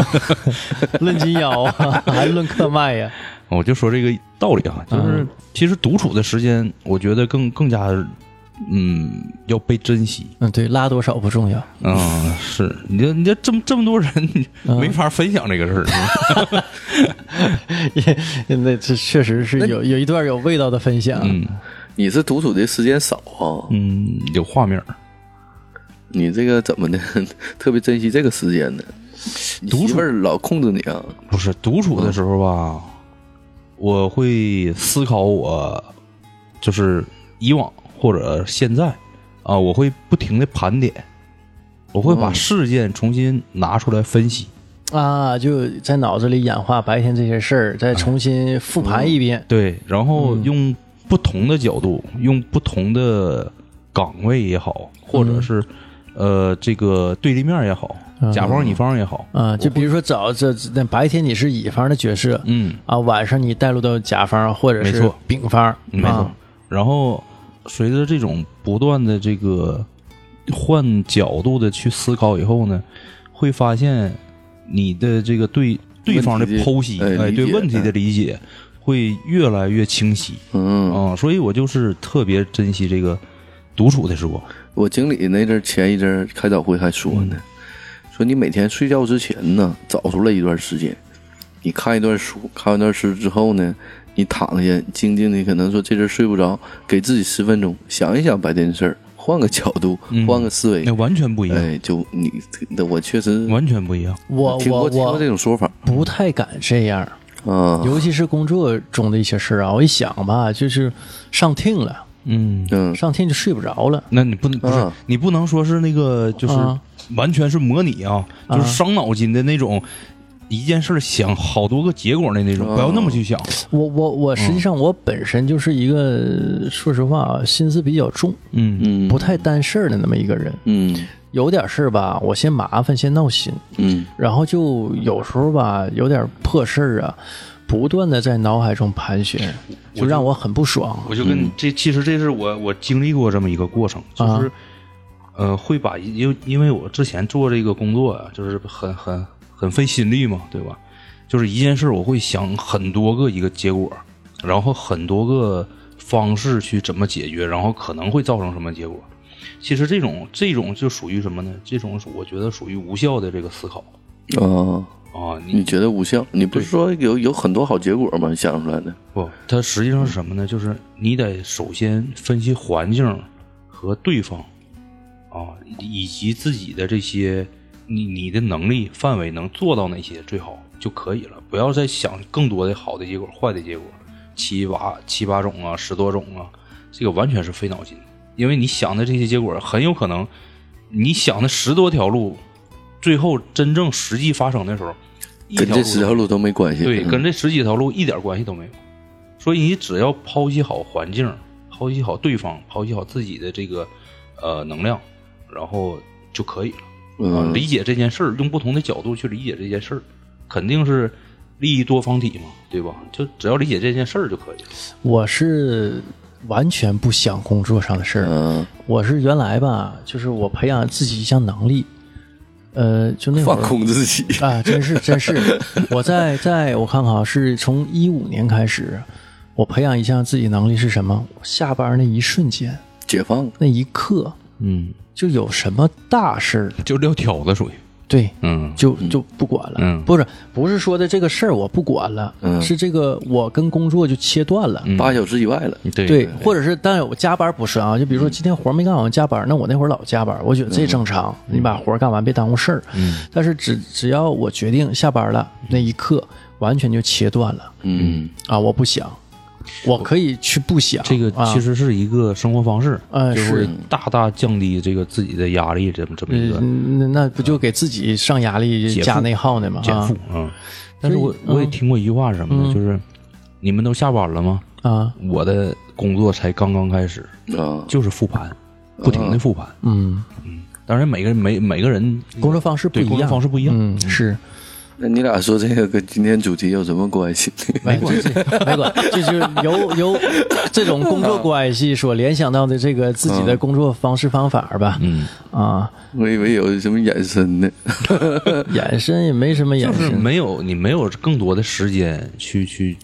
Speaker 1: 论斤腰啊， [LAUGHS] 还论克卖呀、
Speaker 2: [LAUGHS] 我就说这个道理啊，就是
Speaker 1: 嗯
Speaker 2: 其实独处的时间，我觉得更更加，嗯，要被珍惜。
Speaker 1: 嗯，对，拉多少不重要。 [LAUGHS]
Speaker 2: 嗯，是你这你这这么这么多人，你
Speaker 1: 嗯
Speaker 2: 没法分享这个事儿。
Speaker 1: 那这确实是有有一段有味道的分享。
Speaker 2: 嗯
Speaker 3: 你是独处的时间少啊，
Speaker 2: 嗯，有画面儿。
Speaker 3: 你这个怎么的， [LAUGHS] 特别珍惜这个时间呢？你
Speaker 2: 独处
Speaker 3: 媳妇儿老控制你啊，
Speaker 2: 不是独处的时候吧，我会思考我就是以往或者现在啊，我会不停的盘点，我会把
Speaker 3: 哦
Speaker 2: 事件重新拿出来分析。
Speaker 1: 啊，就在脑子里演化白天这些事儿，再重新复盘一遍。
Speaker 2: 对，然后用不同的角度，用不同的岗位也好，或者是、呃这个对立面也好，甲方乙方也好，
Speaker 1: 啊，就比如说早这那白天你是乙方的角色，
Speaker 2: 嗯，
Speaker 1: 啊，晚上你带入到甲方或者
Speaker 2: 没
Speaker 1: 是
Speaker 2: 错嗯
Speaker 1: 丙方，
Speaker 2: 没错。
Speaker 1: 啊
Speaker 2: 然后随着这种不断的这个换角度的去思考以后呢，会发现你的这个对对方的
Speaker 3: 问题
Speaker 2: 剖析，
Speaker 3: 哎
Speaker 2: 哎，
Speaker 3: 理解
Speaker 2: 对问题的理解会越来越清晰
Speaker 3: 嗯，
Speaker 2: 啊、所以我就是特别珍惜这个独处的时光。
Speaker 3: 我经理那阵儿前一阵儿开早会还说呢，
Speaker 2: 嗯
Speaker 3: 说你每天睡觉之前呢，找出来一段时间，你看一段书，看完段书之后呢，你躺下静静的，可能说这阵儿睡不着，给自己十分钟想一想白天的事儿，换个角度，
Speaker 2: 嗯
Speaker 3: 换个思维，
Speaker 2: 那完全不一样，
Speaker 3: 哎，就你那我确实
Speaker 2: 完全不一样。
Speaker 1: 我
Speaker 3: 听
Speaker 1: 我
Speaker 3: 过听过这
Speaker 1: 我
Speaker 3: 种说法
Speaker 1: 不太敢这样，
Speaker 3: 啊，
Speaker 1: 尤其是工作中的一些事儿啊，我一想吧，就是上听了，
Speaker 2: 嗯，
Speaker 3: 嗯
Speaker 1: 上听就睡不着了。
Speaker 2: 那你不能不是、
Speaker 3: 啊
Speaker 2: 你不能说是那个就是
Speaker 1: 啊
Speaker 2: 完全是模拟啊，
Speaker 1: 啊
Speaker 2: 就是伤脑筋的那种。一件事儿想好多个结果的那种，不要那么去想。
Speaker 1: 我我我实
Speaker 2: 嗯
Speaker 1: 际上我本身就是一个，说实话啊，心思比较重，
Speaker 2: 嗯
Speaker 3: 嗯，
Speaker 1: 不太担事儿的那么一个人。
Speaker 3: 嗯
Speaker 1: 有点事儿吧，我嫌麻烦，先闹心，
Speaker 3: 嗯
Speaker 1: 然后就有时候吧，有点破事儿啊，不断的在脑海中盘旋，就让我很不爽。
Speaker 2: 我就跟你这，其实这是我我经历过这么一个过程，就是、呃，会把因为因为我之前做这个工作啊，就是很很很费心力嘛，对吧？就是一件事儿我会想很多个一个结果，然后很多个方式去怎么解决，然后可能会造成什么结果。其实这种这种就属于什么呢？这种我觉得属于无效的这个思考
Speaker 3: 哦，
Speaker 2: 啊，你
Speaker 3: 你觉得无效？你不是说有有很多好结果吗？你想出来的？
Speaker 2: 不，它实际上是什么呢？就是你得首先分析环境和对方啊，以及自己的这些你你的能力范围能做到哪些最好就可以了，不要再想更多的好的结果、坏的结果，七八七八种啊，十多种啊，这个完全是费脑筋，因为你想的这些结果很有可能，你想的十多条路，最后真正实际发生的时候，一
Speaker 3: 跟
Speaker 2: 条
Speaker 3: 这
Speaker 2: 路
Speaker 3: 十
Speaker 2: 都
Speaker 3: 条路都没关系。
Speaker 2: 对，
Speaker 3: 嗯
Speaker 2: 跟这十几条路一点关系都没有。所以你只要剖析好环境，剖析好对方，剖析好自己的这个呃能量，然后就可以了。啊
Speaker 3: 嗯
Speaker 2: 理解这件事儿，用不同的角度去理解这件事儿，肯定是利益多方体嘛，对吧？就只要理解这件事儿就可以了。
Speaker 1: 我是完全不想工作上的事儿，
Speaker 3: 嗯，
Speaker 1: 我是原来吧，就是我培养自己一项能力，呃，就
Speaker 2: 嗯
Speaker 1: 那会
Speaker 3: 放
Speaker 1: 儿
Speaker 3: 空自己。 [LAUGHS]
Speaker 1: 啊，真是真是，我在在我看看啊，是从一五年开始，我培养一项自己能力是什么？下班那一瞬间，
Speaker 3: 解放，
Speaker 1: 那一刻
Speaker 2: 嗯，
Speaker 1: 就有什么大事儿，
Speaker 2: 就撂挑子属于。
Speaker 1: 对，
Speaker 2: 嗯
Speaker 1: 就就不管了。
Speaker 2: 嗯
Speaker 1: 不是不是说的这个事儿我不管了，
Speaker 3: 嗯
Speaker 1: 是这个我跟工作就切断了。
Speaker 2: 嗯
Speaker 3: 八小时以外了。
Speaker 2: 对嗯
Speaker 1: 对，或者是，但是我加班不是啊，就比如说今天活儿没干完加班，那我那会儿老加班，我觉得这正常，你把活儿干完别耽误事儿。
Speaker 2: 嗯
Speaker 1: 但是只只要我决定下班了那一刻，完全就切断了
Speaker 3: 嗯
Speaker 1: 啊！我不想，我可以去不想。
Speaker 2: 这个
Speaker 1: 啊
Speaker 2: 其实是一个生活方式，
Speaker 1: 啊
Speaker 2: 就是会大大降低这个自己的压力，这么这么一个
Speaker 1: 嗯那那不就给自己上压力
Speaker 2: 解
Speaker 1: 加
Speaker 2: 负
Speaker 1: 内耗呢吗？
Speaker 2: 减负嗯。但是我
Speaker 1: 啊所以
Speaker 2: 我也
Speaker 1: 嗯
Speaker 2: 听过一句话是什么呢？就是你们都下班了吗？
Speaker 1: 啊啊，
Speaker 2: 我的工作才刚刚开始，
Speaker 3: 啊，
Speaker 2: 就是复盘，不停的复盘。
Speaker 1: 嗯，
Speaker 2: 当然，每个人每每个人
Speaker 1: 工作方式不
Speaker 2: 嗯对
Speaker 1: 一
Speaker 2: 工作
Speaker 1: 样，
Speaker 2: 方式不一样。
Speaker 1: 嗯，是
Speaker 3: 那你俩说这个跟今天主题有什么关系？ [LAUGHS]
Speaker 1: 没关系，
Speaker 2: [LAUGHS]
Speaker 1: 没关系，这就是由由这种工
Speaker 2: 嗯
Speaker 1: 作关系所联想到的这个自己的工作方式方法吧。
Speaker 2: 嗯，
Speaker 1: 啊，
Speaker 3: 我以为有什么衍生呢。
Speaker 1: 延伸也没什么延
Speaker 2: 就是
Speaker 1: 伸，
Speaker 2: 没有你没有更多的时间去去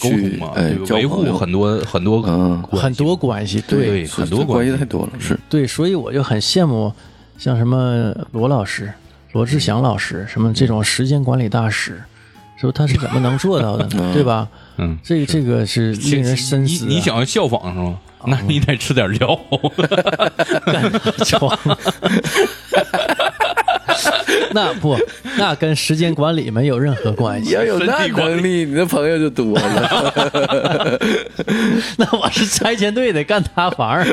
Speaker 2: 沟通嘛，
Speaker 3: 去哎
Speaker 2: 对吧
Speaker 3: 交朋
Speaker 2: 维
Speaker 3: 友
Speaker 2: 护很多很多
Speaker 3: 嗯
Speaker 2: 关系
Speaker 1: 很多关系，
Speaker 3: [LAUGHS]
Speaker 1: 对
Speaker 2: 对很多
Speaker 3: 这
Speaker 2: 关
Speaker 3: 关
Speaker 2: 系嗯
Speaker 3: 系太多了，是
Speaker 1: 对，所以我就很羡慕像什么罗老师、罗
Speaker 2: 嗯
Speaker 1: 志祥老师，什么这种时间管理大师，说他是怎么能做到的呢？ [LAUGHS] 对吧？
Speaker 2: 嗯。
Speaker 1: 这个这个是令人深思、啊。
Speaker 2: 你你
Speaker 1: [LAUGHS]
Speaker 2: 想要效仿是吗？那你得吃点料。 [LAUGHS]
Speaker 1: 装？那不，那跟时间管理没有任何关
Speaker 3: 你
Speaker 1: 系。
Speaker 3: 要有那能力，你的朋友就多了。
Speaker 1: [LAUGHS] 那我是拆迁队得干塌房儿，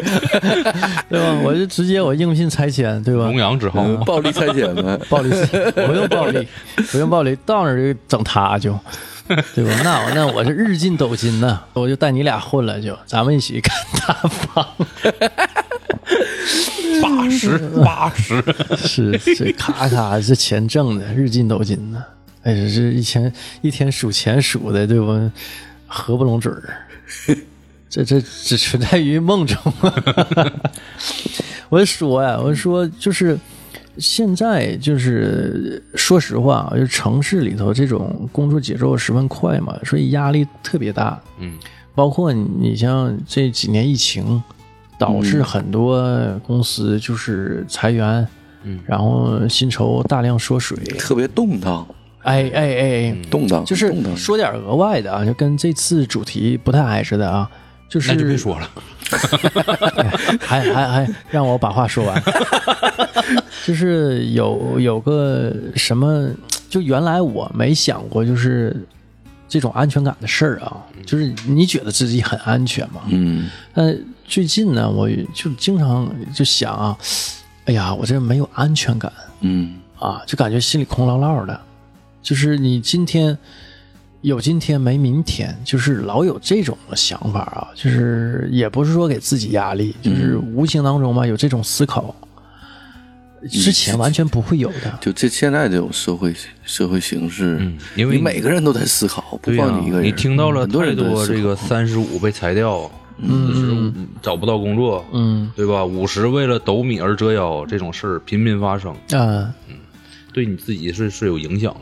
Speaker 1: 对吧？我就直接我应聘拆迁，对吧？
Speaker 2: 弘扬之后，
Speaker 3: 嗯暴力拆解嘛，
Speaker 1: [LAUGHS] 暴力，不用暴力，不用暴力，到那儿就整他就， [LAUGHS] 对吧？那我那我是日进斗金呐，我就带你俩混了就，咱们一起干大房，
Speaker 2: 八十八十，
Speaker 1: 是是，咔咔这钱挣的日进斗金呐，哎，这是一天一天数钱数的，对不？合不拢嘴儿，这这只存在于梦中。啊 [LAUGHS] 我就说呀，我就说就是现在就是说实话啊，就是城市里头这种工作节奏十分快嘛，所以压力特别大。
Speaker 2: 嗯，
Speaker 1: 包括你像这几年疫情，导致很多公司就是裁员，嗯，然后薪酬大量缩水。
Speaker 3: 特别动荡，
Speaker 1: 哎哎哎哎，
Speaker 2: 嗯
Speaker 3: 动荡
Speaker 1: 就是
Speaker 3: 动荡。
Speaker 1: 说点额外的啊，就跟这次主题不太挨着的啊。就是
Speaker 2: [LAUGHS]
Speaker 1: 哎
Speaker 2: 那
Speaker 1: [LAUGHS]
Speaker 2: 就别说了。
Speaker 1: 还还还让我把话说完， [LAUGHS] 就是有有个什么，就原来我没想过，就是这种安全感的事儿啊，
Speaker 2: 嗯
Speaker 1: 就是你觉得自己很安全吗？
Speaker 3: 嗯
Speaker 1: 但最近呢，我就经常就想啊，哎呀，我这没有安全感
Speaker 3: 嗯
Speaker 1: 啊，就感觉心里空落落的。就是你今天有今天没明天，就是老有这种的想法啊，就是也不是说给自己压力，就是
Speaker 3: 嗯
Speaker 1: 无形当中吧有这种思考，之前完全不会有的。
Speaker 3: 就这现在这种社会社会形势，
Speaker 2: 嗯因为
Speaker 3: 你每个人都在思考，不
Speaker 2: 对呀、
Speaker 3: 光一个人，嗯
Speaker 2: 你听到了
Speaker 3: 很多
Speaker 2: 太
Speaker 3: 人都在
Speaker 2: 多
Speaker 3: 思考嗯
Speaker 2: 这个三十五被裁掉，就是找不到工作，
Speaker 1: 嗯
Speaker 2: 对吧？五十为了斗米而折腰这种事儿频频发生，
Speaker 1: 啊
Speaker 2: 对你自己是是有影响的。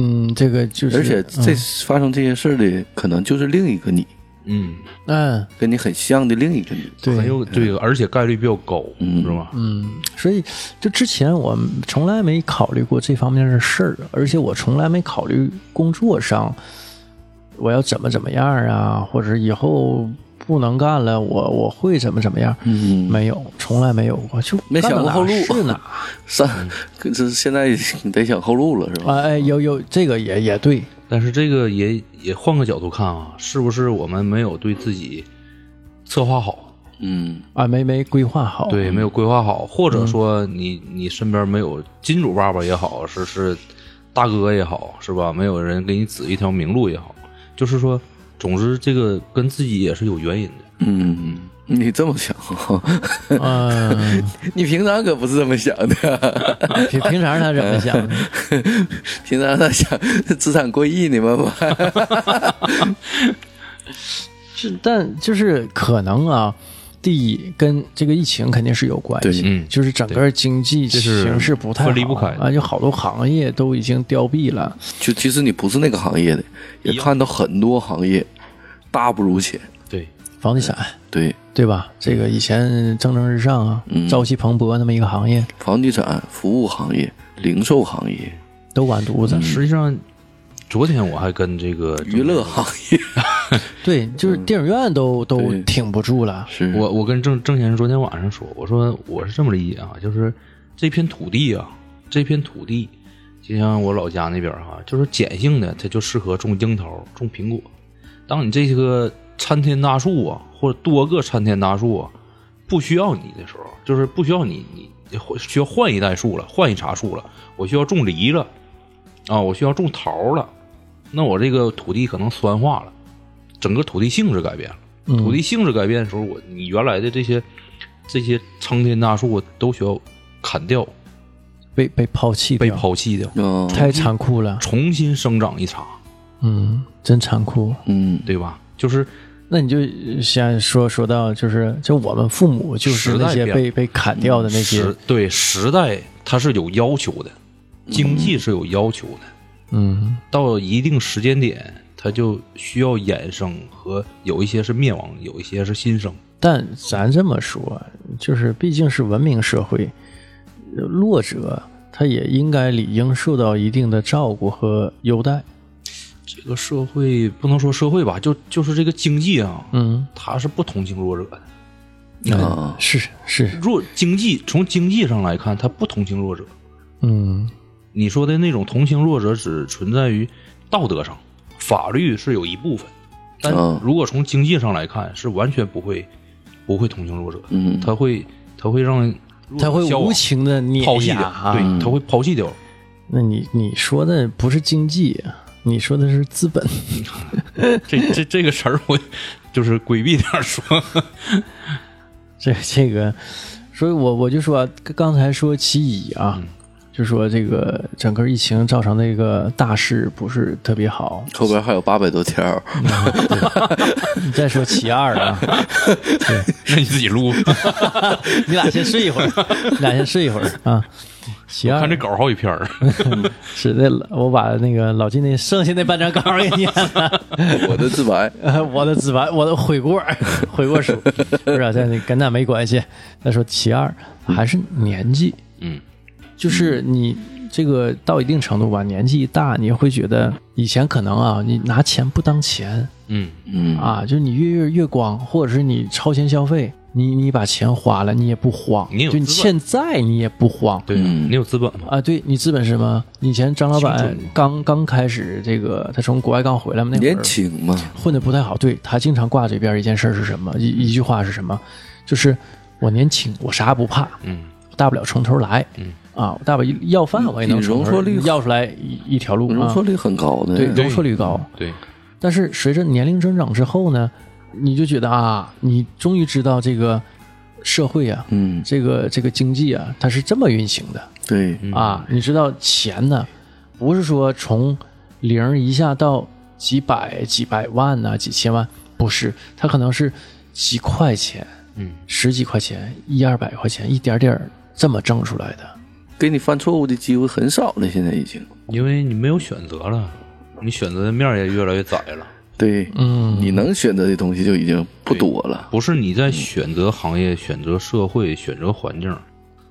Speaker 1: 嗯，这个就是，嗯
Speaker 3: 而且这发生这些事儿的，可能就是另一个你，
Speaker 2: 嗯，
Speaker 1: 嗯，
Speaker 3: 跟你很像的另一个你。
Speaker 1: 对，
Speaker 2: 很有对，而且概率比较高，
Speaker 3: 嗯
Speaker 2: 是吧？
Speaker 1: 嗯，所以就之前我从来没考虑过这方面的事儿，而且我从来没考虑工作上我要怎么怎么样啊，或者以后不能干了，我我会怎么怎么样？
Speaker 3: 嗯，
Speaker 1: 没有，从来没有过，就
Speaker 3: 没想过
Speaker 1: 干到哪
Speaker 3: [LAUGHS] 后路
Speaker 1: 是哪
Speaker 3: 上，这是现在你得想后路了，是吧？
Speaker 1: 啊？哎，有有这个也也对，
Speaker 2: 但是这个也也换个角度看啊，是不是我们没有对自己策划好？
Speaker 3: 嗯
Speaker 1: 啊，没没规划好，
Speaker 2: 对，没有规划好，或者说你你身边没有金主爸爸也好，是是大哥也好，是吧？没有人给你指一条明路也好，就是说，总之这个跟自己也是有原因的。
Speaker 3: 嗯，你这么想，
Speaker 1: [LAUGHS]
Speaker 3: [LAUGHS]
Speaker 1: 嗯，
Speaker 3: 你平常可不是这么想的， [LAUGHS]
Speaker 1: 平平常他怎么想的？
Speaker 3: 平常他想资产过亿，你们吧，
Speaker 1: 是，但就是可能啊，第一跟这个疫情肯定是有关系，
Speaker 3: 对
Speaker 2: 嗯
Speaker 1: 就是整个经济形势不太好
Speaker 2: 这是分离不开的
Speaker 1: 啊，就好多行业都已经凋敝了，
Speaker 3: 就即使你不是那个行业的，也看到很多行业大不如前。
Speaker 2: 对，
Speaker 1: 房地产
Speaker 3: 对，
Speaker 1: 呃对吧？这个以前蒸蒸日上啊，
Speaker 2: 嗯
Speaker 1: 朝气蓬勃那么一个行业
Speaker 3: 房地产、服务行业、零售行业、
Speaker 1: 都完犊子，
Speaker 2: 实际上昨天我还跟这个
Speaker 3: 娱乐行业，
Speaker 1: 对，就是
Speaker 2: 嗯
Speaker 1: 电影院都都
Speaker 3: 对
Speaker 1: 挺不住了，
Speaker 3: 是
Speaker 2: 我我跟郑郑先生昨天晚上说，我说我是这么理解啊，就是这片土地啊，这片土地，就像我老家那边哈、就是碱性的，它就适合种樱桃、种苹果。当你这个参天大树啊，或者多个参天大树啊，不需要你的时候，就是不需要你，你你需要换一代树了，换一茬树了，我需要种梨了，啊，我需要种桃了，那我这个土地可能酸化了，整个土地性质改变了。
Speaker 1: 嗯
Speaker 2: 土地性质改变的时候，我你原来的这些这些苍天大树都需要砍掉、
Speaker 1: 被被抛弃
Speaker 2: 被
Speaker 1: 掉，
Speaker 2: 抛弃掉，
Speaker 3: 嗯
Speaker 1: 太残酷了，
Speaker 2: 重新生长一茬，
Speaker 1: 嗯，真残酷。
Speaker 3: 嗯，
Speaker 2: 对吧？就是
Speaker 1: 那你就先说说到，就是就我们父母就是
Speaker 2: 时代
Speaker 1: 那些
Speaker 2: 变了嗯
Speaker 1: 被被砍掉的那些，
Speaker 2: 时对时代它是有要求的，经济是有要求的，
Speaker 1: 嗯
Speaker 2: 到一定时间点，它就需要衍生和有一些是灭亡，有一些是新生。
Speaker 1: 但咱这么说，就是毕竟是文明社会，呃弱者他也应该理应受到一定的照顾和优待。
Speaker 2: 这个社会不能说社会吧，就就是这个经济啊，
Speaker 1: 嗯，
Speaker 2: 它是不同情弱者的。
Speaker 3: 啊
Speaker 1: 是是，
Speaker 2: 弱经济从经济上来看，它不同情弱者。
Speaker 1: 嗯
Speaker 2: 你说的那种同情弱者只存在于道德上，法律是有一部分，但
Speaker 3: 嗯
Speaker 2: 如果从经济上来看，是完全不会不会同情弱者的，
Speaker 3: 嗯
Speaker 2: 他会他会让弱者
Speaker 1: 他会
Speaker 2: 消亡
Speaker 1: 无情的碾
Speaker 2: 抛弃
Speaker 1: 压
Speaker 2: 掉，
Speaker 1: 啊！
Speaker 2: 对，他会抛
Speaker 1: [LAUGHS]
Speaker 2: 弃掉。
Speaker 1: 那你你说的不是经济，你说的是资本。 [LAUGHS]
Speaker 2: 这这这个词儿我就是规避点儿说， [LAUGHS]
Speaker 1: 这这个，所以我我就说啊刚才说其一啊，就说这个整个疫情造成的一个大势不是特别好。 [LAUGHS]
Speaker 3: 后边还有八百多条儿，
Speaker 1: 你再说其二啊，
Speaker 2: 那你自
Speaker 1: [LAUGHS]
Speaker 2: 己录，
Speaker 1: 你俩先睡一会儿， [LAUGHS] 你俩先睡一会儿啊。其二
Speaker 2: 看这稿儿好几篇
Speaker 1: [LAUGHS]
Speaker 2: 儿。
Speaker 1: 是那老我把那个老金那剩下那半张稿给念了， [LAUGHS]
Speaker 3: 我的自白，
Speaker 1: 呃我的自白，我的悔过， [LAUGHS] 悔过书，不是啊，但是跟那没关系。再说其二，还是年纪，
Speaker 2: 嗯，
Speaker 1: 就是你这个到一定程度吧，年纪一大，你会觉得以前可能啊，你拿钱不当钱
Speaker 2: 嗯，
Speaker 3: 嗯，
Speaker 1: 啊，就是你月月月光，或者是你超前消费，你你把钱花了，你也不慌，
Speaker 2: 你有
Speaker 1: 就你
Speaker 2: 资本
Speaker 1: 欠债你也不慌，
Speaker 2: 对，
Speaker 3: 嗯
Speaker 2: 你有资本吗？
Speaker 1: 啊，对你资本是什么？以前张老
Speaker 2: 清
Speaker 1: 板
Speaker 2: 楚
Speaker 1: 刚刚开始这个，他从国外刚回来嘛，那会
Speaker 3: 年
Speaker 1: 儿啊
Speaker 3: 轻嘛，
Speaker 1: 混的不太好。对他经常挂嘴边一件事儿是什么？一一句话是什么？就是我年轻，我啥也不怕，
Speaker 2: 嗯
Speaker 1: 大不了从头来。
Speaker 2: 嗯
Speaker 1: 啊，大把要饭我也能
Speaker 3: 你
Speaker 1: 从
Speaker 3: 容
Speaker 1: 这
Speaker 3: 错
Speaker 1: 儿
Speaker 3: 率
Speaker 1: 要出来一一条路
Speaker 3: 容
Speaker 1: 啊
Speaker 3: 错率嗯很高的，
Speaker 1: 对
Speaker 2: 对
Speaker 1: 容错率高。
Speaker 2: 对，
Speaker 1: 但是随着年龄增长之后呢，你就觉得啊，你终于知道这个社会啊，
Speaker 3: 嗯，
Speaker 1: 这个这个经济啊，它是这么运行的。
Speaker 3: 对，
Speaker 1: 啊，你知道钱呢，不是说从零一下到几百、几百万呐、几千万，不是，它可能是几块钱、
Speaker 2: 嗯，
Speaker 1: 十几块钱、一二百块钱，一点点儿这么挣出来的。
Speaker 3: 给你犯错误的机会很少了，现在已经。
Speaker 2: 因为你没有选择了，你选择的面儿也越来越窄了。
Speaker 3: 对，
Speaker 1: 嗯，
Speaker 3: 你能选择的东西就已经不多了。
Speaker 2: 不是你
Speaker 3: 嗯
Speaker 2: 在选择行业、选择社会、选择环境，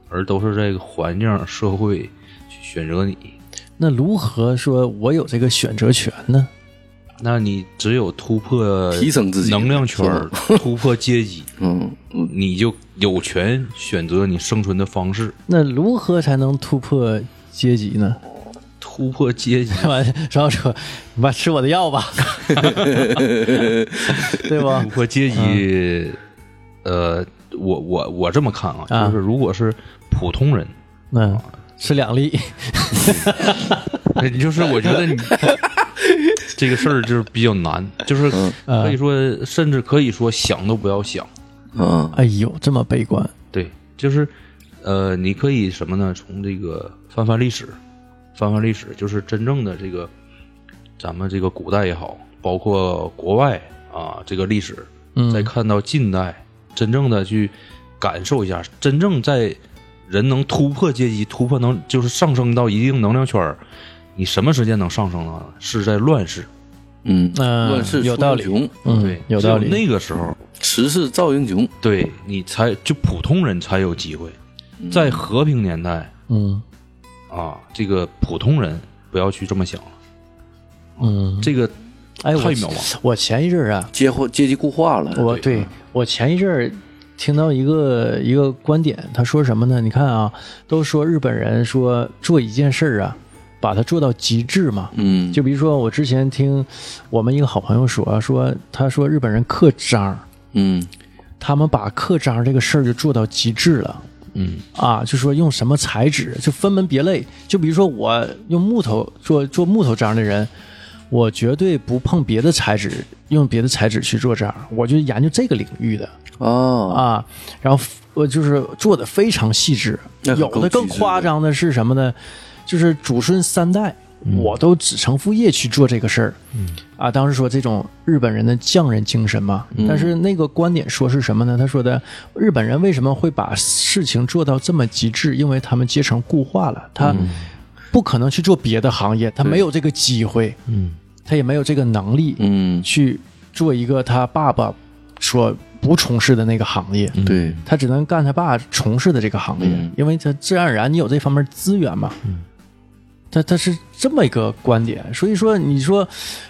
Speaker 2: 而都是这个环境、社会去选择你。
Speaker 1: 那如何说我有这个选择权呢？
Speaker 2: 那你只有突破
Speaker 3: 提升自己
Speaker 2: 能量圈儿，突破阶级，
Speaker 3: 嗯，嗯
Speaker 2: 你就有权选择你生存的方式。
Speaker 1: 那如何才能突破阶级呢？ [LAUGHS]
Speaker 2: 突破阶
Speaker 3: [LAUGHS]
Speaker 2: 级，
Speaker 1: 完，然后说，你妈吃我的药吧，对吧
Speaker 2: 突？破阶
Speaker 3: 嗯
Speaker 2: 级，呃，我我我这么看
Speaker 1: 啊
Speaker 2: 啊，就是如果是普通人，
Speaker 1: 嗯，吃两粒，
Speaker 2: 你 [LAUGHS] 就是我觉得你这个事儿就是比较难，就是可以说，甚至可以说想都不要想。
Speaker 3: 啊，
Speaker 1: 哎呦，这么悲观，
Speaker 2: 对，就是呃，你可以什么呢？从这个翻翻历史，翻翻历史，就是真正的这个咱们这个古代也好，包括国外啊这个历史，
Speaker 1: 嗯，
Speaker 2: 再看到近代，真正的去感受一下，真正在人能突破阶级、突破能就是上升到一定能量圈儿，你什么时间能上升呢？是在乱世，
Speaker 3: 嗯，
Speaker 1: 嗯
Speaker 3: 乱世
Speaker 1: 有
Speaker 3: 出
Speaker 1: 道
Speaker 3: 英
Speaker 1: 理
Speaker 3: 雄，
Speaker 1: 嗯，
Speaker 2: 对，
Speaker 1: 有
Speaker 2: 只
Speaker 1: 道理。
Speaker 2: 那个时候，
Speaker 3: 时势造英雄。
Speaker 2: 对你才就普通人才有机会，在和平年代
Speaker 1: 嗯
Speaker 2: 啊，这个普通人不要去这么想了，
Speaker 1: 嗯，
Speaker 2: 这个
Speaker 1: 哎，我
Speaker 2: 哦太渺茫嗯
Speaker 1: 我前一阵儿啊，
Speaker 3: 阶或阶级固化了，
Speaker 1: 我对我前一阵儿听到一个一个观点，他说什么呢？你看啊，都说日本人说做一件事儿啊，把它做到极致嘛。
Speaker 3: 嗯，
Speaker 1: 就比如说，我之前听我们一个好朋友说啊，说他说日本人刻章，
Speaker 3: 嗯
Speaker 1: 他们把刻章这个事儿就做到极致了。
Speaker 2: 嗯
Speaker 1: 啊，就说用什么材质，就分门别类。就比如说我用木头做做木头章的人，我绝对不碰别的材质，用别的材质去做章，我就研究这个领域的
Speaker 3: 啊，
Speaker 1: 啊。然后我就是做的非常细致，
Speaker 3: 那很
Speaker 1: 有
Speaker 3: 够
Speaker 1: 的更
Speaker 3: 极致
Speaker 1: 夸
Speaker 3: 的
Speaker 1: 张的是什么呢？就是祖孙三代，我都子承父业去做这个事儿。嗯啊，当时说这种日本人的匠人精神嘛，
Speaker 3: 嗯
Speaker 1: 但是那个观点说是什么呢？他说的日本人为什么会把事情做到这么极致？因为他们阶层固化了，他
Speaker 3: 嗯
Speaker 1: 不可能去做别的行业，他没有这个机会，
Speaker 2: 嗯，
Speaker 1: 他也没有这个能力
Speaker 3: 嗯，
Speaker 1: 去做一个他爸爸所不从事的那个行业。
Speaker 3: 对，
Speaker 1: 他只能干他爸从事的这个行业，
Speaker 3: 嗯
Speaker 1: 因为他自然而然你有这方面资源嘛。
Speaker 2: 嗯
Speaker 1: 他他是这么一个观点，所以说你说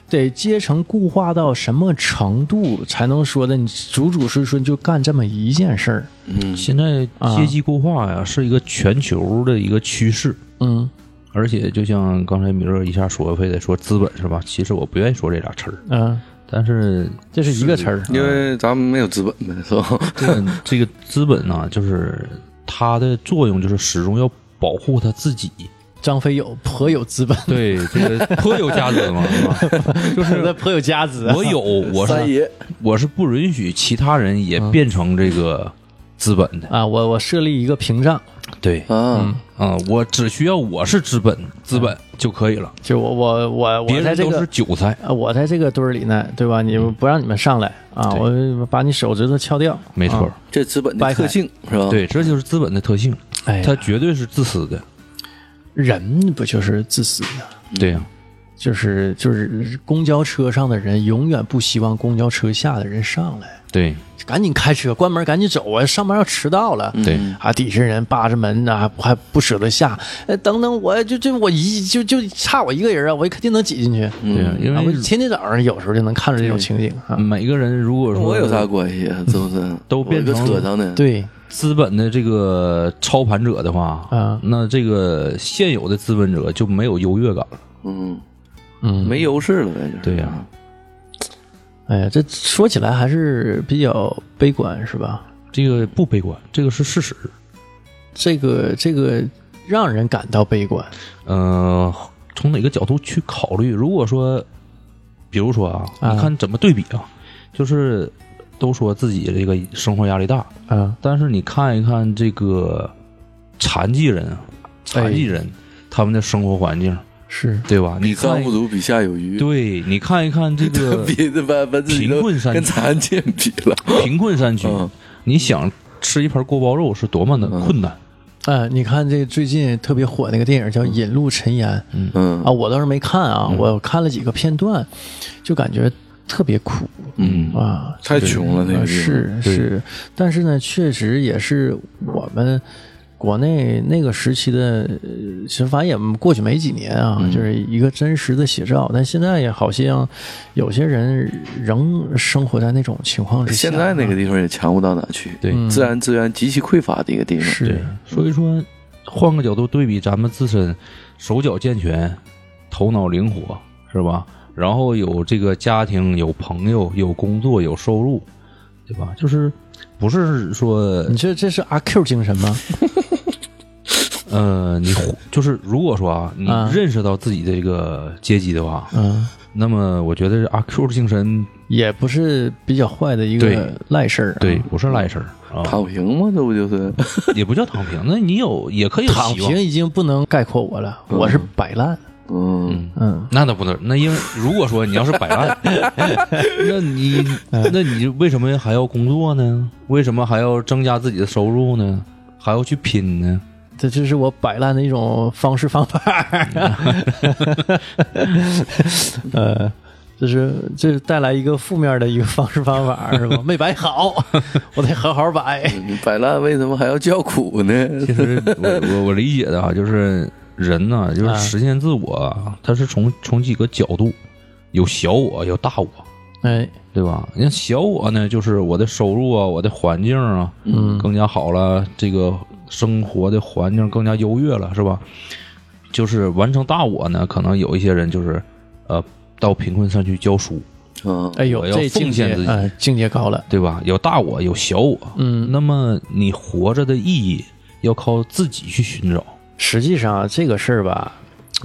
Speaker 1: 得阶层固化到什么程度才能说的你祖祖孙孙就干这么一件事儿？
Speaker 3: 嗯
Speaker 2: 现在阶级固化呀、是一个全球的一个趋势，
Speaker 1: 嗯
Speaker 2: 而且就像刚才米勒一下说，非得说资本是吧？其实我不愿意说这俩词儿，
Speaker 1: 嗯、
Speaker 2: 但是
Speaker 1: 这是一个词儿。
Speaker 3: 因为咱们没有资本呗，是吧？
Speaker 2: 啊这个这个资本呢、就是它的作用就是始终要保护它自己。
Speaker 1: 张飞有颇有
Speaker 2: [LAUGHS]
Speaker 1: 资本，
Speaker 2: 对，这个颇有价值嘛，是吧？就
Speaker 1: 他
Speaker 2: 是
Speaker 1: 颇有家资啊。
Speaker 2: 我有，我
Speaker 3: 三
Speaker 2: 是
Speaker 3: 爷，
Speaker 2: 我是不允许其他人也变成这个资本的。
Speaker 1: 啊，我我设立一个屏障，
Speaker 2: 对，
Speaker 3: 啊，
Speaker 1: 嗯
Speaker 2: 啊、我只需要我是资本，资本就可以了，
Speaker 1: 就我我我嗯
Speaker 2: 别
Speaker 1: 我在
Speaker 2: 人
Speaker 1: 这
Speaker 2: 都
Speaker 1: 个
Speaker 2: 是嗯韭菜。
Speaker 1: 啊，我在这个堆儿里呢，对吧？你们不让你们上来啊，我把你手指头敲掉。
Speaker 2: 没错，
Speaker 1: 啊
Speaker 3: 这资本的特性是吧？，
Speaker 2: 对，这就是资本的特性，
Speaker 1: 哎呀，
Speaker 2: 它绝对是自私的。
Speaker 1: 人不就是自私的？
Speaker 2: 对呀、
Speaker 1: 就是就是公交车上的人永远不希望公交车下的人上来，
Speaker 2: 对
Speaker 1: 赶紧开车关门，赶紧走啊！上班要迟到了。
Speaker 2: 嗯对，
Speaker 1: 啊，底下人扒着门呐、还不舍得下。哎，等等我，就就我一就就差我一个人啊，我肯定能挤进去。
Speaker 2: 对呀、因
Speaker 1: 啊，我
Speaker 2: 为嗯
Speaker 1: 天天早上有时候就能看着这种情景啊。
Speaker 2: 每个人如果
Speaker 3: 跟
Speaker 2: 说
Speaker 3: 我有啥关系啊？是不是？
Speaker 2: 都变成
Speaker 3: 我一个车上的，，
Speaker 1: 啊对，
Speaker 2: 资本的这个操盘者的话，
Speaker 1: 啊
Speaker 2: 那这个现有的资本者就没有优越感了。
Speaker 3: 嗯，
Speaker 1: 嗯，
Speaker 3: 没优势了呗，就是。
Speaker 2: 对呀、
Speaker 1: 哎呀，这说起来还是比较悲观，是吧？
Speaker 2: 这个不悲观，这个是事实。
Speaker 1: 这个这个让人感到悲观。
Speaker 2: 嗯，从哪个角度去考虑？如果说，比如说啊，
Speaker 1: 啊
Speaker 2: 你看怎么对比啊？就是都说自己这个生活压力大，
Speaker 1: 啊，
Speaker 2: 但是你看一看这个残疾人啊，残
Speaker 1: 哎
Speaker 2: 疾人、他们的生活环境，
Speaker 1: 是
Speaker 2: 对吧？
Speaker 3: 比
Speaker 2: 你
Speaker 3: 上
Speaker 2: 看
Speaker 3: 不，足，比下有余。
Speaker 2: 对你看一看
Speaker 3: [LAUGHS]
Speaker 2: 这个
Speaker 3: 比把把自己
Speaker 2: 贫
Speaker 3: 都
Speaker 2: 困山
Speaker 3: 跟
Speaker 2: 区，
Speaker 3: 残疾人比了，
Speaker 2: 贫困山区，
Speaker 3: 嗯
Speaker 2: 你想吃一盘锅包肉是多么的困难。
Speaker 1: 哎，你看这最近特别火那个电影叫《引路尘烟》
Speaker 3: 嗯
Speaker 1: 啊，我倒是没看啊，我看了几个片段，就感觉特别苦
Speaker 2: 嗯
Speaker 1: 啊，
Speaker 3: 太穷了那个
Speaker 1: 啊
Speaker 3: 地方
Speaker 1: 是
Speaker 2: 对
Speaker 1: 是，但是呢，确实也是我们国内那个时期的，呃其实反正也过去没几年啊，
Speaker 3: 嗯
Speaker 1: 就是一个真实的写照。但现在也好像有些人仍生活在那种情况之下啊。
Speaker 3: 现在那个地方也强不到哪去，
Speaker 2: 对
Speaker 1: 嗯
Speaker 3: 自然资源极其匮乏的一个地方。
Speaker 1: 是
Speaker 2: 所以说，换个角度对比，咱们自身手脚健全，头脑灵活，是吧？然后有这个家庭，有朋友，有工作，有收入，对吧？就是不是说
Speaker 1: 你这这是阿 Q 精神吗？
Speaker 2: 呃，你活就是如果说啊，你
Speaker 1: 啊
Speaker 2: 认识到自己的这个阶级的话，
Speaker 1: 嗯，
Speaker 2: 那么我觉得阿 Q 精神
Speaker 1: 也不是比较坏的一
Speaker 2: 对
Speaker 1: 个赖事儿、啊。
Speaker 2: 对，不是赖事儿啊，
Speaker 3: 躺平嘛，这不就是？
Speaker 2: 也不叫躺平，那你有也可以有
Speaker 1: 躺
Speaker 2: 希望
Speaker 1: 平，已经不能概括我了，我是摆烂。
Speaker 3: 嗯，
Speaker 1: 嗯，
Speaker 2: 那倒不能，那因为如果说你要是摆烂，那你那你为什么还要工作呢？为什么还要增加自己的收入呢？还要去拼呢？
Speaker 1: 这这是我摆烂的一种方式方
Speaker 2: [LAUGHS]
Speaker 1: 法。呃，这是这是带来一个负面的一个方式方法，是吧？没摆
Speaker 2: [LAUGHS]
Speaker 1: 好，我得好好摆。
Speaker 3: 你摆烂为什么还要叫苦呢？
Speaker 2: 其实我我我理解的啊，就是人呢、就
Speaker 1: 啊
Speaker 2: 是实现自我啊，他是从从几个角度，有小我，有大我，
Speaker 1: 哎，
Speaker 2: 对吧？你看小我呢，就是我的收入啊，我的环境啊，
Speaker 1: 嗯
Speaker 2: 更加好了，这个生活的环境更加优越了，是吧？就是完成大我呢，可能有一些人就是，呃，到贫困山区教书，
Speaker 3: 嗯，
Speaker 1: 哎呦
Speaker 2: 我，要
Speaker 1: 这境
Speaker 2: 奉献
Speaker 1: 界
Speaker 2: 自己
Speaker 1: 哎境界高了。
Speaker 2: 对吧？有大我，有小我，
Speaker 1: 嗯，
Speaker 2: 那么你活着的意义要靠自己去寻找。
Speaker 1: 实际上这个事儿吧，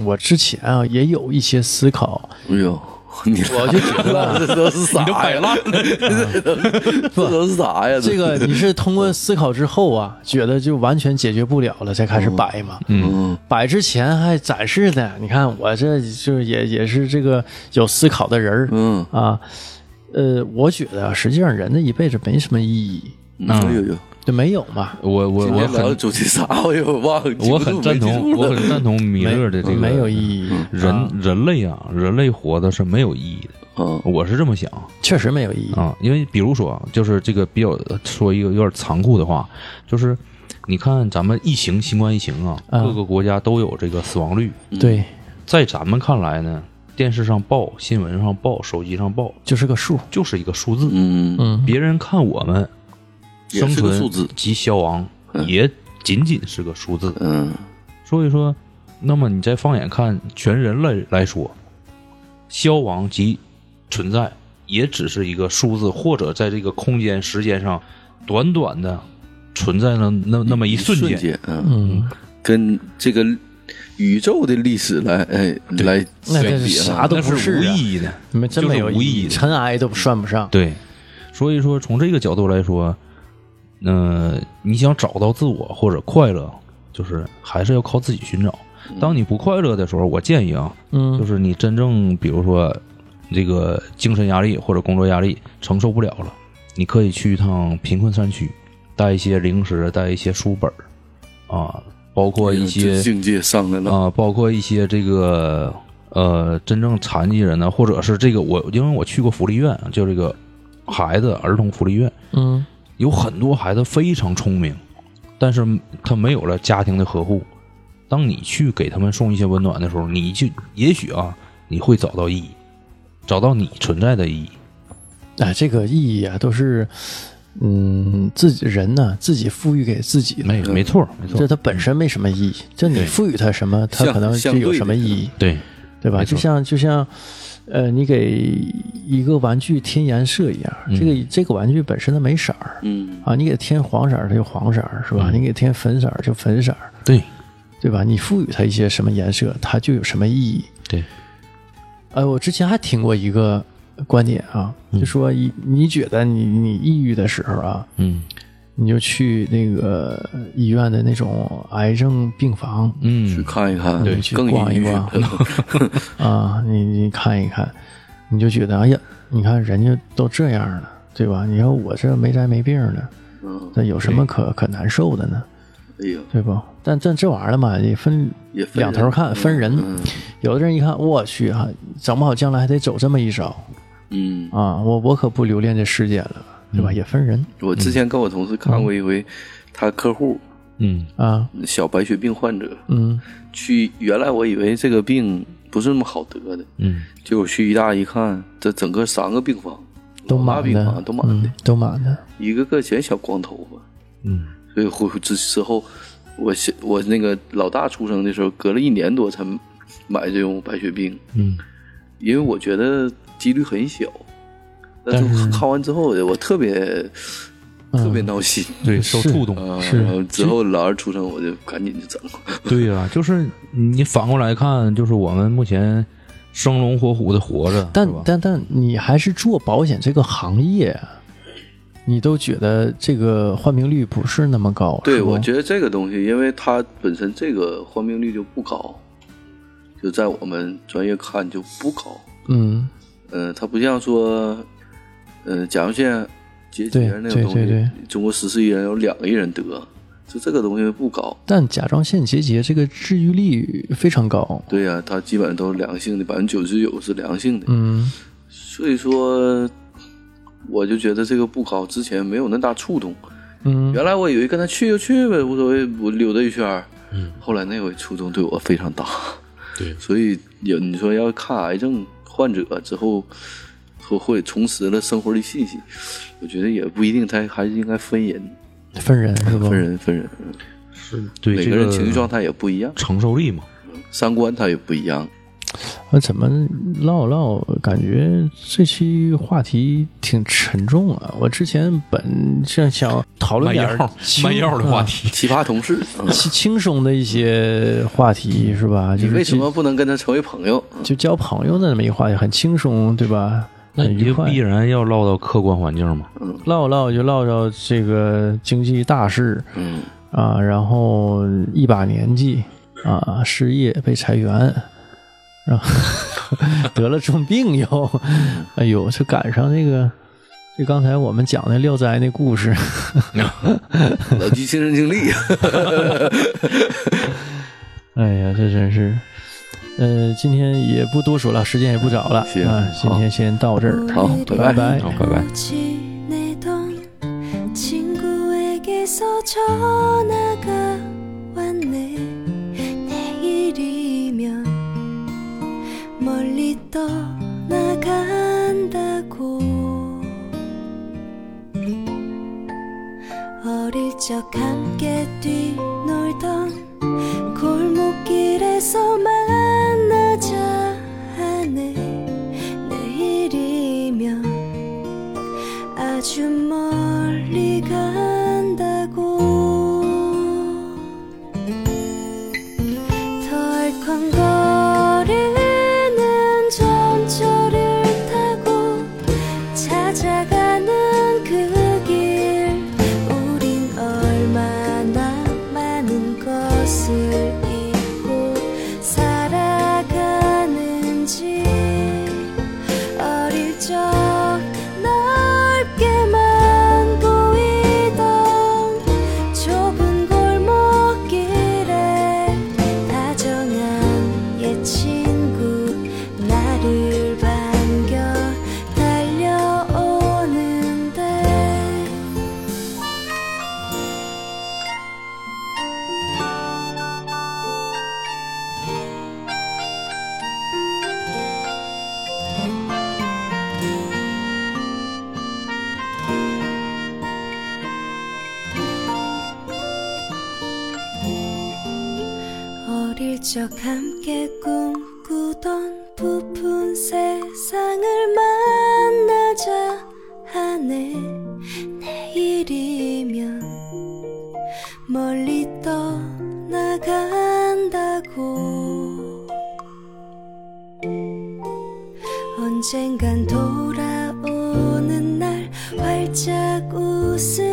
Speaker 1: 我之前啊也有一些思考，
Speaker 3: 哎呦，你
Speaker 1: 我就觉得啊
Speaker 3: [LAUGHS] 这都是啥呀？
Speaker 2: 烂了，
Speaker 3: [LAUGHS] 这都是
Speaker 2: [LAUGHS]
Speaker 3: 啥呀？
Speaker 1: 这个你是通过思考之后啊，觉得就完全解决不了了，才开始摆嘛。
Speaker 2: 嗯，
Speaker 3: 嗯，
Speaker 1: 摆之前还展示的，你看我这就是也也是这个有思考的人儿，
Speaker 3: 嗯
Speaker 1: 啊，呃，我觉得啊实际上人的一辈子没什么意义，
Speaker 3: 嗯，哎呦呦，
Speaker 1: 就没有嘛，
Speaker 2: 我我
Speaker 3: 今
Speaker 2: 我
Speaker 3: 天聊的
Speaker 2: 很
Speaker 3: 主题啥？我又忘了，
Speaker 2: 我很赞同，我很赞同米
Speaker 1: 没
Speaker 2: 勒的这个嗯
Speaker 1: 没有意义，
Speaker 2: 人人类啊，人类活的是没有意义的，
Speaker 3: 嗯
Speaker 2: 我是这么想
Speaker 1: 确实没有意义。
Speaker 2: 啊，因为比如说，啊，就是这个比较说一个有点残酷的话，就是你看咱们疫情新冠疫情啊，
Speaker 3: 嗯
Speaker 1: 啊
Speaker 2: 各个国家都有这个死亡率，
Speaker 1: 对，
Speaker 2: 在咱们看来呢，电视上报、新闻上报、手机上报，
Speaker 1: 就是个数，
Speaker 2: 就是一个数字，
Speaker 3: 嗯，
Speaker 1: 嗯，
Speaker 2: 别人看我们
Speaker 3: 也
Speaker 2: 生
Speaker 3: 是个数
Speaker 2: 存
Speaker 3: 字，
Speaker 2: 及消亡，也仅仅是个数字，
Speaker 3: 嗯
Speaker 2: 所以说，那么你再放眼看全人类来说，消亡及存在也只是一个数字，或者在这个空间时间上短短的存在了那那么一瞬间。
Speaker 3: 间，嗯，
Speaker 1: 嗯，
Speaker 3: 跟这个宇宙的历史来，哎，来
Speaker 1: 那这
Speaker 3: 相
Speaker 1: 是
Speaker 3: 比
Speaker 1: 啥
Speaker 3: 啊，
Speaker 1: 都
Speaker 2: 那
Speaker 1: 不
Speaker 2: 是无
Speaker 1: 啊
Speaker 2: 意义的，
Speaker 1: 没真没有
Speaker 2: 就是无意义的
Speaker 1: 尘埃都算不上。
Speaker 2: 对。所以说，从这个角度来说，嗯、你想找到自我或者快乐，就是还是要靠自己寻找。当你不快乐的时候，我建议啊，就
Speaker 1: 嗯，
Speaker 2: 是你真正比如说这个精神压力或者工作压力承受不了了，你可以去一趟贫困山区，带一些零食，带一些书本儿啊，包括一
Speaker 3: 这
Speaker 2: 些
Speaker 3: 境界上来了，
Speaker 2: 啊，包括一些这个呃真正残疾人呢，或者是这个我因为我去过福利院，就这个孩子儿童福利院，
Speaker 1: 嗯，
Speaker 2: 有很多孩子非常聪明，但是他没有了家庭的呵护。当你去给他们送一些温暖的时候，你就也许啊，你会找到意义，找到你存在的意义。
Speaker 1: 哎，这个意义啊，都是嗯自己人呢、自己赋予给自己的。
Speaker 2: 没没错，没
Speaker 1: 这
Speaker 2: 错，
Speaker 1: 它本身没什么意义，就你
Speaker 2: 对
Speaker 1: 赋予它什么，它
Speaker 3: 相
Speaker 1: 可能就
Speaker 3: 相对
Speaker 1: 有
Speaker 3: 的
Speaker 1: 什么意义。
Speaker 2: 对
Speaker 1: 对吧？
Speaker 2: 没错
Speaker 1: 就像就像，呃，你给一个玩具添颜色一样，这个这个玩具本身它没色儿
Speaker 3: 嗯
Speaker 1: 啊，你给它添黄色儿它就黄色儿，是吧？你给它添粉色儿就粉色儿，
Speaker 2: 对，
Speaker 1: 对吧？你赋予它一些什么颜色，它就有什么意义。
Speaker 2: 对，
Speaker 1: 呃，我之前还听过一个观点啊，就说你你觉得你你抑郁的时候啊，
Speaker 2: 嗯
Speaker 1: 你就去那个呃医院的那种癌症病房
Speaker 3: 去
Speaker 2: 嗯，
Speaker 3: 看一看，
Speaker 1: 对去
Speaker 3: 更
Speaker 1: 逛一
Speaker 3: 抑郁
Speaker 1: 逛
Speaker 3: 了嗯
Speaker 1: 啊，你你看一看，你就觉得哎呀，你看人家都这样了，对吧？你看我这没灾没病的，
Speaker 3: [LAUGHS] 嗯，
Speaker 1: 那有什么可可难受的呢？
Speaker 3: 哎呀，
Speaker 1: 对不？但但这玩意儿嘛，也分
Speaker 3: 也分
Speaker 1: 两
Speaker 3: 人
Speaker 1: 头看，分人。
Speaker 3: 嗯
Speaker 1: 有的人一看，我去哈、整不好将来还得走这么一遭
Speaker 3: 嗯，
Speaker 1: 啊！我我可不留恋这世界了，对吧？也分人
Speaker 3: 我之前跟我同事看过一回，他客户
Speaker 2: 嗯
Speaker 1: 啊，
Speaker 3: 小白血病患者
Speaker 1: 嗯
Speaker 3: 去，原来我以为这个病不是那么好得的，
Speaker 2: 嗯
Speaker 3: 结果去医大一看，这整个三个病房
Speaker 1: 都
Speaker 3: 老大
Speaker 1: 满
Speaker 3: 病
Speaker 1: 的，
Speaker 3: 房都满的
Speaker 1: 嗯，都满的，
Speaker 3: 一个个全小光头发。
Speaker 2: 嗯
Speaker 3: 所以回之之后，我小我那个老大出生的时候，隔了一年多才买这种白血病，
Speaker 2: 嗯，
Speaker 3: 因为我觉得几率很小。但是嗯看完之后，我特别、特别闹心。
Speaker 2: 对，受
Speaker 1: 是
Speaker 2: 触动，
Speaker 3: 啊，
Speaker 1: 是
Speaker 3: 然后之后老二出生，我就赶紧就整了。
Speaker 2: 对呀、就是你反过来看，就是我们目前生龙活虎的活着，
Speaker 1: 但
Speaker 2: 是吧
Speaker 1: 但但你还是做保险这个行业，啊你都觉得这个患病率不是那么高，
Speaker 3: 对，
Speaker 1: 是不
Speaker 3: 我觉得这个东西，因为它本身这个患病率就不高，就在我们专业看就不高。
Speaker 1: 嗯，
Speaker 3: 嗯、它不像说，嗯、甲状腺结节
Speaker 1: 对
Speaker 3: 那
Speaker 1: 对
Speaker 3: 个东西，
Speaker 1: 对对
Speaker 3: 中国十四亿人有两个亿人得，就这个东西不高。
Speaker 1: 但甲状腺结节这个治愈率非常高，
Speaker 3: 对呀、它基本上都是良性的，百分之九十九是良性的。
Speaker 1: 嗯
Speaker 3: 所以说，我就觉得这个不高，之前没有那大触动。
Speaker 1: 嗯，
Speaker 3: 原来我以为跟他去就去呗，无所谓，我溜达一圈儿。
Speaker 2: 嗯
Speaker 3: 后来那回触动对我非常大，
Speaker 2: 对
Speaker 3: [LAUGHS] 所以有你说要看癌症患者之后，或会重拾了生活的信息，我觉得也不一定，他还是应该分人，
Speaker 1: 分人是不
Speaker 3: 分？人分人，
Speaker 2: 嗯对
Speaker 3: 每
Speaker 2: 这
Speaker 3: 个人情绪状
Speaker 2: 个
Speaker 3: 态也不一样，
Speaker 2: 承受力嘛，
Speaker 3: 三观他也不一
Speaker 2: [LAUGHS]
Speaker 3: 样。
Speaker 1: 那怎么唠唠？感觉这期话题挺沉重啊！我之前本想想讨论
Speaker 2: 卖
Speaker 1: 点
Speaker 2: 药
Speaker 1: 儿轻
Speaker 2: 卖药的话
Speaker 1: 啊
Speaker 2: 题，
Speaker 3: 奇葩
Speaker 2: [LAUGHS]
Speaker 3: 同事，嗯
Speaker 1: 轻轻松的一些话题是吧？就
Speaker 3: 你
Speaker 1: 是
Speaker 3: 为什
Speaker 1: 这
Speaker 3: 么不能跟他成为朋友？
Speaker 1: 就交朋友的那么一个话题，很轻松，对吧？
Speaker 2: 那
Speaker 1: 很
Speaker 2: 你
Speaker 1: 愉
Speaker 2: 就
Speaker 1: 快
Speaker 2: 必。然要落到客观环境嘛，
Speaker 1: 唠唠就唠唠这个经济大事
Speaker 3: 嗯，
Speaker 1: 啊，然后一把年纪啊，失业被裁员，然后得了重病又，哎呦，这赶上这个，这刚才我们讲的廖斋那故事，
Speaker 3: 老季亲身经历，
Speaker 1: [LAUGHS] 哎呀，这真是。呃，今天也不多说了，时间也不早了
Speaker 3: 行
Speaker 1: 啊，今天先到这儿，
Speaker 3: 好拜
Speaker 1: 嗯拜拜
Speaker 2: 好，拜拜。
Speaker 4: 지내던 친구에게서 전화가 왔네 내일이면 멀리 떠나간다고 어릴 적 함께 뛰놀던 골목길에서 만나자 하네 내일이면 아주 멀리 간다고 덜컹거리는 전철을 타고 찾아가는 그 길 우린 얼마나 많은 것을 잊고 살아가는지 어릴 적 넓게만 보이던 좁은 골목길에 다정한 옛 친구 나를 반겨 달려오는데 어릴 적 함께 꿈꾸던 부푼 세상을 만나자 하네 내일이면 멀리 떠나간다 언젠간 돌아오는 날 활짝 웃을 그